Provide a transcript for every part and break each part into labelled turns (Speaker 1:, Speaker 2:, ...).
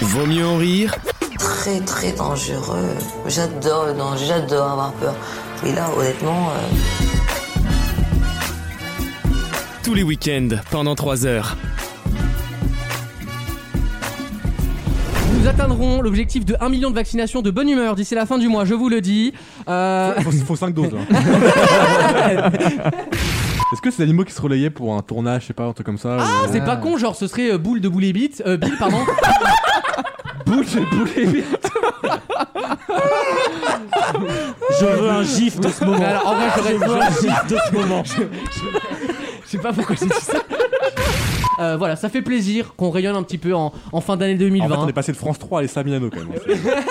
Speaker 1: Vaut mieux en rire
Speaker 2: Très très dangereux. J'adore le danger, j'adore avoir peur. Mais là, honnêtement, euh,
Speaker 1: tous les week-ends pendant 3 heures.
Speaker 3: Nous atteindrons l'objectif de 1 million de vaccinations de bonne humeur d'ici la fin du mois, je vous le dis. Euh,
Speaker 4: Faut, faut 5 doses là. Est-ce que c'est des animaux qui se relayaient pour un tournage, je sais pas, un truc comme ça
Speaker 3: Ah,
Speaker 4: ou-
Speaker 3: c'est pas con, genre ce serait euh, boule de boule et bite. euh, Bill, pardon.
Speaker 4: Boule, boule et bite.
Speaker 5: Je veux un gif de ce
Speaker 3: Mais
Speaker 5: moment.
Speaker 3: alors, en vrai, j'aurais-
Speaker 5: Je veux un gif de ce moment.
Speaker 3: Je sais pas pourquoi j'ai dit ça. Euh, voilà, ça fait plaisir qu'on rayonne un petit peu en, en fin d'année
Speaker 4: En
Speaker 3: 2020.
Speaker 4: fait, on est passé de France 3 à les Samilano quand même. hein.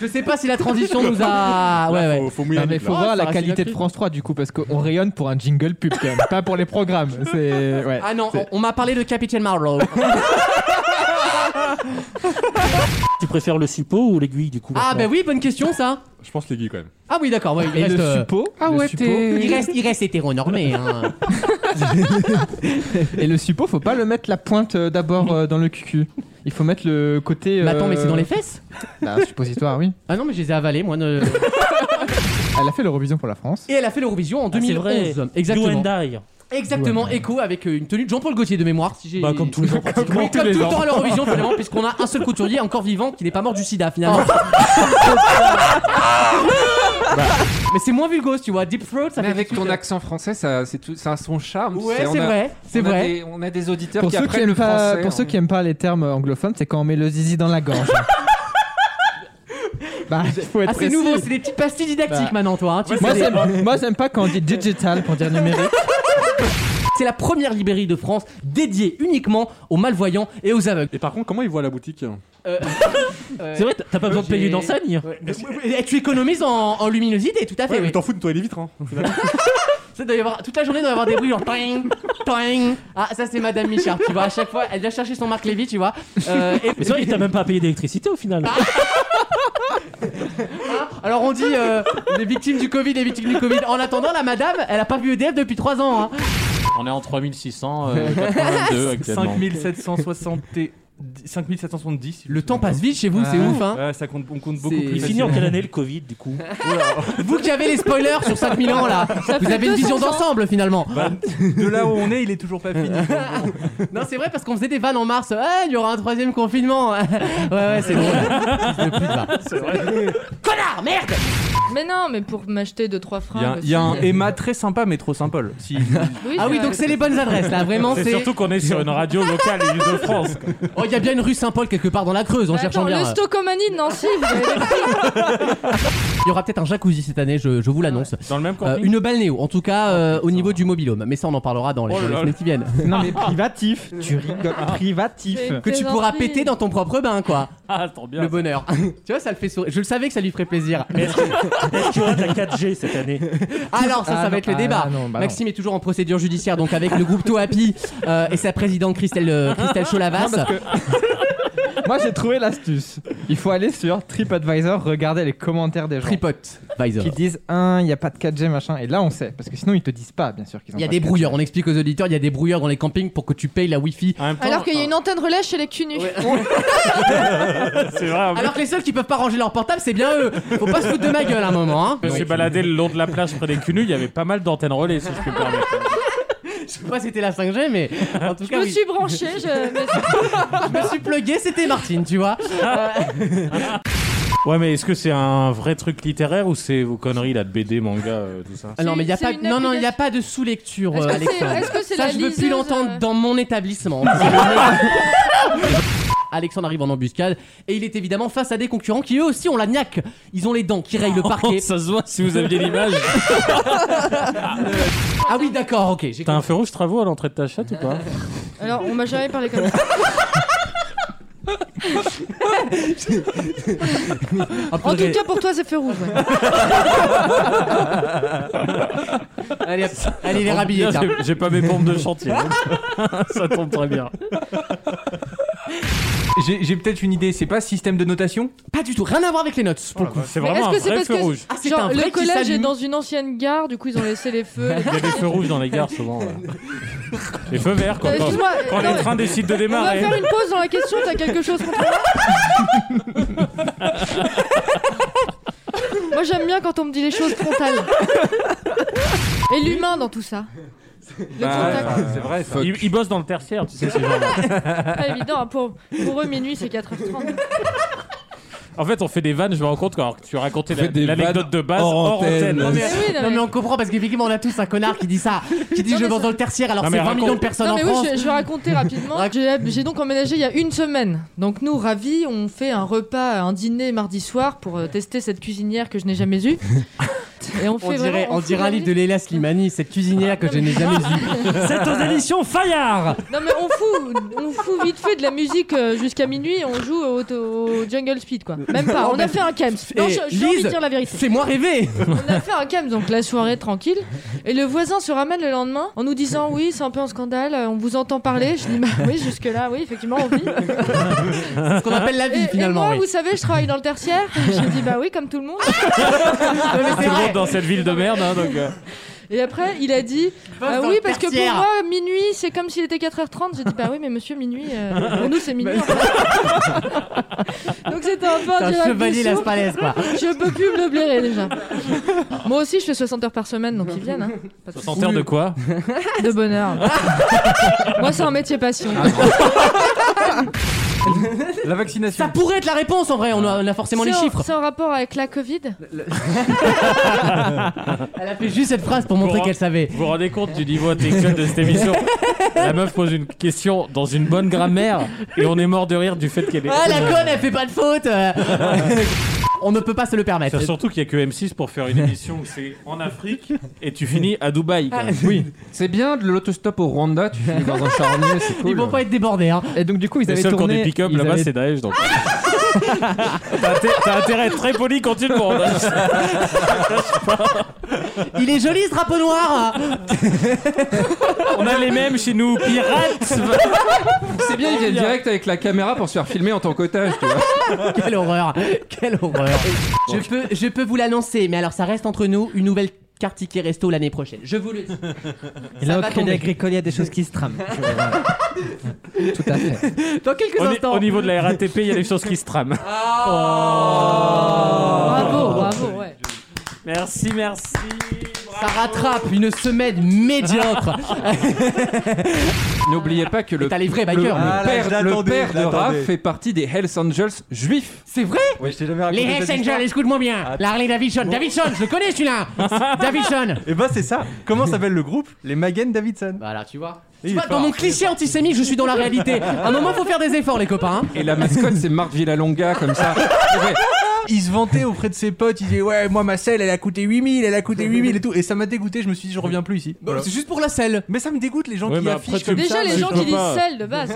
Speaker 3: Je sais pas si la transition nous a. Ouais, ouais.
Speaker 4: Faut, faut mouiller la
Speaker 6: Non, mais
Speaker 4: nuque,
Speaker 6: faut
Speaker 4: là.
Speaker 3: Ah,
Speaker 6: voir
Speaker 3: ça
Speaker 6: la
Speaker 3: reste
Speaker 6: qualité de
Speaker 3: inappris.
Speaker 6: France 3 du coup parce qu'on rayonne pour un jingle pub quand même, pas pour les programmes. C'est ouais.
Speaker 3: Ah non, on, on m'a parlé de Capitaine Marlowe.
Speaker 5: Tu préfères le suppôt ou l'aiguille du coup
Speaker 3: Ah,
Speaker 5: maintenant
Speaker 3: bah oui, bonne question ça.
Speaker 4: Je pense l'aiguille quand même.
Speaker 3: Ah oui, d'accord, ouais, il,
Speaker 6: Et
Speaker 3: reste,
Speaker 6: le
Speaker 3: euh,
Speaker 6: suppôt
Speaker 7: Ah
Speaker 6: le
Speaker 7: ouais,
Speaker 6: suppôt-
Speaker 7: t'es-
Speaker 3: il reste. Il reste hétéronormé. Hein.
Speaker 6: Et le suppôt, faut pas le mettre la pointe euh, d'abord euh, dans le cucu. Il faut mettre le côté.
Speaker 3: Mais Bah, attends, mais c'est
Speaker 5: Euh.
Speaker 3: dans les
Speaker 6: faits
Speaker 3: fesses
Speaker 6: Un suppositoire, oui.
Speaker 3: Ah non, mais je les ai avalés, moi. ne-
Speaker 6: Elle a fait l'Eurovision pour la France.
Speaker 3: Et elle a fait l'Eurovision en
Speaker 5: Ah, c'est
Speaker 3: 2011.
Speaker 5: vrai.
Speaker 3: Exactement.
Speaker 5: You and I.
Speaker 3: Exactement, écho avec euh, une tenue de Jean-Paul Gaultier de mémoire. Si j'ai-
Speaker 5: Bah, comme tous les gens pratiquement.
Speaker 3: Mais comme tout le temps à l'Eurovision finalement, puisqu'on a un seul couturier encore vivant qui n'est pas mort du sida finalement. Bah. Mais c'est moins vulgose, tu vois. Deep Throat, ça
Speaker 7: Mais
Speaker 3: fait
Speaker 7: avec
Speaker 3: tout
Speaker 7: ton
Speaker 3: de-
Speaker 7: accent français, ça, c'est tout, ça a son charme.
Speaker 3: Ouais,
Speaker 7: on
Speaker 3: c'est
Speaker 7: a-
Speaker 3: vrai, c'est
Speaker 7: on a
Speaker 3: vrai.
Speaker 7: des- on a des auditeurs
Speaker 6: Pour
Speaker 7: qui
Speaker 6: ceux qui,
Speaker 7: apprennent
Speaker 6: aiment
Speaker 7: le
Speaker 6: pas,
Speaker 7: français. hein.
Speaker 6: pour
Speaker 3: hein.
Speaker 6: ceux qui aiment pas les termes anglophones, c'est quand on met le zizi dans la gorge. bah, il faut être
Speaker 3: Ah, c'est
Speaker 6: précis.
Speaker 3: nouveau, c'est des petites pastilles didactiques
Speaker 6: Bah.
Speaker 3: maintenant, toi. hein, tu
Speaker 6: Moi,
Speaker 3: sais.
Speaker 6: j'aime- moi, j'aime pas quand on dit digital pour dire numérique.
Speaker 3: c'est la première librairie de France dédiée uniquement aux malvoyants et aux aveugles.
Speaker 4: Et par contre, comment ils voient la boutique hein
Speaker 3: Euh,
Speaker 5: C'est vrai, t'as pas besoin de payer une
Speaker 3: j'ai-
Speaker 5: enseigne
Speaker 3: ouais, et tu économises en, en luminosité, tout à fait.
Speaker 4: Ouais, mais
Speaker 3: oui.
Speaker 4: t'en fous de toi et les vitres, hein.
Speaker 3: Ça doit y avoir- toute la journée, il doit y avoir des bruits genre toing, toing. Ah, ça c'est Madame Michard, tu vois. À chaque fois, elle vient chercher son Marc Lévy, tu vois. Euh, et-
Speaker 5: Mais c'est vrai, t'as même pas payé d'électricité au final.
Speaker 3: Ah, Alors on dit euh, les victimes du Covid, les victimes du Covid. En attendant, la madame, elle a pas vu EDF depuis 3 ans. Hein.
Speaker 8: On est en 3682 actuellement.
Speaker 9: 5770. 5770.
Speaker 3: Le temps passe vite chez vous, c'est ouf. Hein.
Speaker 9: Ouais, ça compte, on compte beaucoup
Speaker 6: C'est-
Speaker 9: plus.
Speaker 5: Il finit en quelle année le Covid du coup
Speaker 3: Vous qui avez les spoilers sur 5000 ans là, vous avez une vision d'ensemble finalement.
Speaker 9: Bah, De là où on est, il est toujours pas fini.
Speaker 3: Non, c'est vrai parce qu'on faisait des vannes en mars. Ah, il y aura un troisième confinement. ouais, ouais, c'est drôle. Fils de pute, va. Connard, merde.
Speaker 10: Mais non, mais pour m'acheter deux trois
Speaker 9: Il y a, un-
Speaker 10: fringues.
Speaker 9: il y a un Emma très sympa, mais trop sympa. Si.
Speaker 3: Ah oui, donc
Speaker 10: Bah,
Speaker 3: c'est les bonnes adresses là, vraiment.
Speaker 8: C'est
Speaker 3: C'est.
Speaker 8: surtout qu'on est sur une radio locale Île-de-France. quoi.
Speaker 3: Oh, il y a bien une rue Saint-Paul quelque part dans la Creuse. On cherche
Speaker 10: Bah, Attends,
Speaker 3: bien. euh,
Speaker 10: le Stocomanie de Nancy, vous avez-
Speaker 3: Il y aura peut-être un jacuzzi cette année, je, je vous l'annonce.
Speaker 8: Dans le même
Speaker 3: Euh,
Speaker 8: camping.
Speaker 3: une balnéo, en tout
Speaker 9: Oh,
Speaker 3: cas euh, au niveau du mobilhome. Mais ça, on en parlera dans les,
Speaker 8: Oh là
Speaker 3: dans les
Speaker 8: là.
Speaker 3: semaines qui viennent.
Speaker 6: Non, mais privatif. Tu rigoles.
Speaker 3: Ah.
Speaker 6: Privatif.
Speaker 10: C'est une
Speaker 3: Que tu pourras
Speaker 10: plaisanterie.
Speaker 3: péter dans ton propre bain, quoi.
Speaker 8: Ah, trop bien.
Speaker 3: Le bonheur. tu vois, ça le fait sourire. Je le savais que ça lui ferait plaisir.
Speaker 5: Est-ce qu'il y aura de la 4G cette année
Speaker 3: Alors, ça,
Speaker 6: Ah,
Speaker 3: ça
Speaker 6: non,
Speaker 3: va être le
Speaker 6: ah,
Speaker 3: débat.
Speaker 6: non, bah non.
Speaker 3: Maxime est toujours en procédure judiciaire, donc avec le groupe Toapi euh, et sa présidente Christelle, euh, Christelle Cholavas.
Speaker 6: Moi, j'ai trouvé l'astuce. Il faut aller sur TripAdvisor, regarder les commentaires des gens.
Speaker 3: Tripote, Visor.
Speaker 6: qui disent un, il n'y a pas de 4G machin, et là on sait, parce que sinon ils te disent pas, bien sûr qu'ils ont.
Speaker 3: Il y a
Speaker 6: pas
Speaker 3: des
Speaker 6: de 4G.
Speaker 3: brouilleurs, on explique aux auditeurs, il y a des brouilleurs dans les campings pour que tu payes la Wi-Fi.
Speaker 8: En même temps,
Speaker 10: Alors qu'il y a une antenne relais chez les cunus.
Speaker 8: c'est vrai. en plus,
Speaker 3: Alors que les seuls qui peuvent pas ranger leur portable, c'est bien eux. Faut pas se foutre de ma gueule à un moment. Hein.
Speaker 8: Je me suis baladé le long de la plage près des Cunus, il y avait pas mal d'antennes relais, si je peux me permettre.
Speaker 3: Je sais pas si c'était la 5G, mais en tout
Speaker 10: Je
Speaker 3: cas,
Speaker 10: me
Speaker 3: Ah oui.
Speaker 10: suis branché, je... mais-
Speaker 3: je me suis plugué, c'était Martine, tu vois.
Speaker 8: Ouais, mais est-ce que c'est un vrai truc littéraire ou c'est vos conneries là de BD, manga, euh, tout ça
Speaker 3: Ah non, mais il y a
Speaker 10: C'est
Speaker 3: pas,
Speaker 10: une
Speaker 3: non, non, il n'y a
Speaker 10: application.
Speaker 3: pas de sous-lecture,
Speaker 10: Est-ce
Speaker 3: euh,
Speaker 10: que c'est-
Speaker 3: Alexandre.
Speaker 10: est-ce que c'est
Speaker 3: Ça,
Speaker 10: la
Speaker 3: je veux plus
Speaker 10: liseuse,
Speaker 3: l'entendre
Speaker 10: euh
Speaker 3: dans mon établissement. Alexandre arrive en embuscade et il est évidemment face à des concurrents qui eux aussi ont la gnaque. Ils ont les dents qui rayent le
Speaker 10: Oh,
Speaker 3: parquet.
Speaker 8: Oh, Ça se voit si vous aviez l'image.
Speaker 3: ah oui, d'accord, ok. j'ai
Speaker 8: T'as
Speaker 3: compris.
Speaker 8: un feu rouge travaux à l'entrée de ta chatte ou pas
Speaker 10: Alors, on m'a jamais parlé comme ça. En tout cas, pour toi, c'est feu rouge. ouais.
Speaker 3: Allez, hop, allez, les hein. rhabillés, tiens.
Speaker 8: J'ai- J'ai pas mes pompes de chantier. ça tombe très bien.
Speaker 9: J'ai j'ai peut-être une idée, c'est pas système de notation
Speaker 3: Pas du tout, rien à voir avec les notes.
Speaker 10: Oh
Speaker 3: pour le coup.
Speaker 8: C'est
Speaker 10: Mais
Speaker 8: vraiment un
Speaker 10: Est-ce que c'est
Speaker 8: vrai
Speaker 10: parce
Speaker 8: feu
Speaker 10: que
Speaker 8: rouge.
Speaker 3: Ah, c'est un
Speaker 10: genre,
Speaker 3: vrai
Speaker 10: le
Speaker 3: qui
Speaker 10: collège est
Speaker 3: s'allume.
Speaker 10: dans une ancienne gare, du coup, ils ont laissé les feux.
Speaker 8: Il y a des feux rouges dans les gares souvent. ouais. Les feux verts, quand,
Speaker 10: Euh, Excuse-moi,
Speaker 8: quand- quand
Speaker 10: non,
Speaker 8: les trains décident de
Speaker 10: on va
Speaker 8: démarrer.
Speaker 10: faire une pause dans la question, t'as quelque chose contre moi Moi j'aime bien quand on me dit les choses frontales. Et l'humain dans tout ça. Le
Speaker 3: Bah,
Speaker 10: contact,
Speaker 7: C'est vrai, ça.
Speaker 8: Ils, ils bossent dans le tertiaire, tu sais, ces gens-là.
Speaker 10: pas évident, hein, pour, pour eux minuit c'est 4h30.
Speaker 8: En fait, on fait des vannes, je me rends compte, alors que tu racontais
Speaker 4: fait des
Speaker 8: la- l'anecdote
Speaker 4: vannes
Speaker 8: de base
Speaker 4: hors
Speaker 8: hors antenne.
Speaker 4: antenne.
Speaker 8: Non, mais-
Speaker 10: Mais oui, non,
Speaker 3: Non mais
Speaker 10: mais-
Speaker 3: on comprend parce qu'effectivement on a tous un connard qui dit ça, qui dit
Speaker 10: Non,
Speaker 3: je
Speaker 10: mais
Speaker 3: vends
Speaker 10: ça-
Speaker 3: dans le tertiaire alors
Speaker 8: Non,
Speaker 3: c'est 20
Speaker 8: mais raconte-
Speaker 3: millions de personnes
Speaker 10: Non,
Speaker 3: en
Speaker 10: mais
Speaker 3: France.
Speaker 10: oui, je, je vais raconter rapidement. J'ai j'ai donc emménagé il y a une semaine. Donc nous, ravis, on fait un repas, un dîner mardi soir pour euh, tester cette cuisinière que je n'ai jamais eue. Et on,
Speaker 3: On
Speaker 10: fait
Speaker 3: dirait,
Speaker 10: vraiment,
Speaker 3: on dirait un
Speaker 10: fout la
Speaker 3: livre de Léla Slimani, cette cuisinière que je n'ai jamais vue.
Speaker 5: C'est aux éditions Fayard
Speaker 10: Non mais on fout, on fout vite fait de la musique euh, jusqu'à minuit et on joue au, au Jungle Speed quoi. Même pas, on a fait un camp. Non,
Speaker 3: Eh,
Speaker 10: je- j'ai envie
Speaker 3: Lise,
Speaker 10: de dire la vérité.
Speaker 3: Fais-moi rêver
Speaker 10: On a fait un camp, donc la soirée tranquille. Et le voisin se ramène le lendemain en nous disant oui, c'est un peu un scandale, euh, on vous entend parler. Je dis bah oui, jusque là, oui, effectivement, on vit.
Speaker 3: Ce qu'on appelle la
Speaker 10: Et,
Speaker 3: vie
Speaker 10: et
Speaker 3: finalement.
Speaker 10: moi,
Speaker 3: oui.
Speaker 10: vous savez, je travaille dans le tertiaire. J'ai dit bah oui, comme tout le monde.
Speaker 3: Non, mais Ah, c'est
Speaker 8: Tout le monde
Speaker 3: vrai.
Speaker 8: dans cette ville de merde, hein, donc. euh,
Speaker 10: Et après, il a dit bah
Speaker 3: dans
Speaker 10: oui,
Speaker 3: le
Speaker 10: parce que pour
Speaker 3: tertiaire.
Speaker 10: moi, minuit, c'est comme s'il était 4h30. J'ai dit bah oui, mais monsieur, minuit, euh, pour nous, c'est minuit. en fait. Donc c'était un peu
Speaker 3: C'est un
Speaker 10: direct
Speaker 3: chevalier
Speaker 10: dessous.
Speaker 3: Las Palais quoi.
Speaker 10: Je peux plus me le blairer déjà. Moi aussi, je fais 60 heures par semaine, donc ils viennent. Hein. Pas de,
Speaker 8: 60 heures de quoi
Speaker 10: de bonheur. Moi, c'est un métier passion.
Speaker 9: La
Speaker 3: Ça
Speaker 9: vaccination.
Speaker 3: pourrait être la réponse en vrai, on a, on a forcément les
Speaker 10: C'est en-
Speaker 3: chiffres.
Speaker 10: C'est en rapport avec la Covid
Speaker 3: Elle a fait juste cette phrase pour montrer
Speaker 8: Pour-
Speaker 3: qu'elle savait.
Speaker 8: Vous vous rendez compte du niveau intellectuel de cette émission La meuf pose une question dans une bonne grammaire et on est mort de rire du fait qu'elle est.
Speaker 3: Ah la conne, elle fait pas de faute euh. On ne peut pas se le permettre.
Speaker 8: C'est surtout qu'il n'y a que M6 pour faire une émission où c'est en Afrique et tu finis à Dubaï. quoi.
Speaker 3: Ah.
Speaker 7: C'est bien de l'autostop au Rwanda, tu finis dans un charnier, c'est cool.
Speaker 3: Ils vont pas être débordés hein.
Speaker 6: Et donc, du coup, ils
Speaker 8: Les
Speaker 6: avaient
Speaker 8: seuls qui ont
Speaker 6: tourné.
Speaker 8: des pick-up
Speaker 6: ils
Speaker 8: là-bas,
Speaker 6: avaient-
Speaker 8: c'est Daesh. Donc. T'as inté- t'as intérêt à être très poli quand tu le demandes. hein.
Speaker 3: Il est joli ce drapeau noir hein.
Speaker 8: On a les mêmes chez nous, pirates
Speaker 7: C'est bien, ils viennent direct avec la caméra pour se faire filmer en tant qu'otage, tu vois.
Speaker 3: Quelle horreur Quelle horreur Je peux, je peux vous l'annoncer, mais alors ça reste entre nous, une nouvelle carte ticket resto l'année prochaine. Je vous le dis.
Speaker 6: Et
Speaker 3: Ça
Speaker 6: là, au
Speaker 3: va
Speaker 6: Crédit
Speaker 3: tomber.
Speaker 6: Agricole, il y a des choses qui se trament. Tout à fait.
Speaker 3: Dans quelques
Speaker 8: Au ni-
Speaker 3: instants.
Speaker 8: Au niveau de la RATP, il y a des choses qui se trament. Oh.
Speaker 10: Bravo, Oh, bravo, ouais.
Speaker 8: Merci, merci.
Speaker 3: Ça rattrape une semaine médiocre.
Speaker 7: N'oubliez pas que le
Speaker 3: T'as les vrais bikers.
Speaker 7: Le
Speaker 3: mais-
Speaker 9: Ah là,
Speaker 7: père,
Speaker 9: je l'attendais,
Speaker 7: le père
Speaker 9: je
Speaker 7: de Raph
Speaker 9: l'attendais.
Speaker 7: fait partie des Hells Angels juifs.
Speaker 3: C'est vrai
Speaker 9: Ouais, je t'ai jamais
Speaker 3: Les
Speaker 9: raconté
Speaker 3: Hells
Speaker 9: cette histoire.
Speaker 3: Angels, écoute-moi bien. La Harley Davidson. Davidson, je le connais celui-là. Davidson.
Speaker 9: Et bah c'est ça. Comment s'appelle le groupe Les Magen Davidson.
Speaker 3: Voilà, tu vois.
Speaker 9: Il
Speaker 3: Tu
Speaker 9: est
Speaker 3: vois, dans
Speaker 9: fort.
Speaker 3: mon cliché antisémite, je suis dans la réalité. À un moment, faut faire des efforts, les copains. hein.
Speaker 7: Et la mascotte, c'est Marthe Villalonga, comme ça. C'est vrai.
Speaker 9: Il se vantait auprès de ses potes, il disait ouais moi ma selle elle a coûté 8000, elle a coûté 8000 et tout et ça m'a dégoûté, je me suis dit je reviens plus ici. Voilà.
Speaker 3: C'est juste pour la selle.
Speaker 9: Mais ça me dégoûte les gens
Speaker 8: Ouais,
Speaker 9: qui
Speaker 8: mais après,
Speaker 9: affichent
Speaker 8: tu-
Speaker 9: comme
Speaker 10: Déjà,
Speaker 9: ça.
Speaker 10: les
Speaker 8: je
Speaker 10: gens
Speaker 8: peux
Speaker 10: qui disent
Speaker 8: pas.
Speaker 10: seuls de base.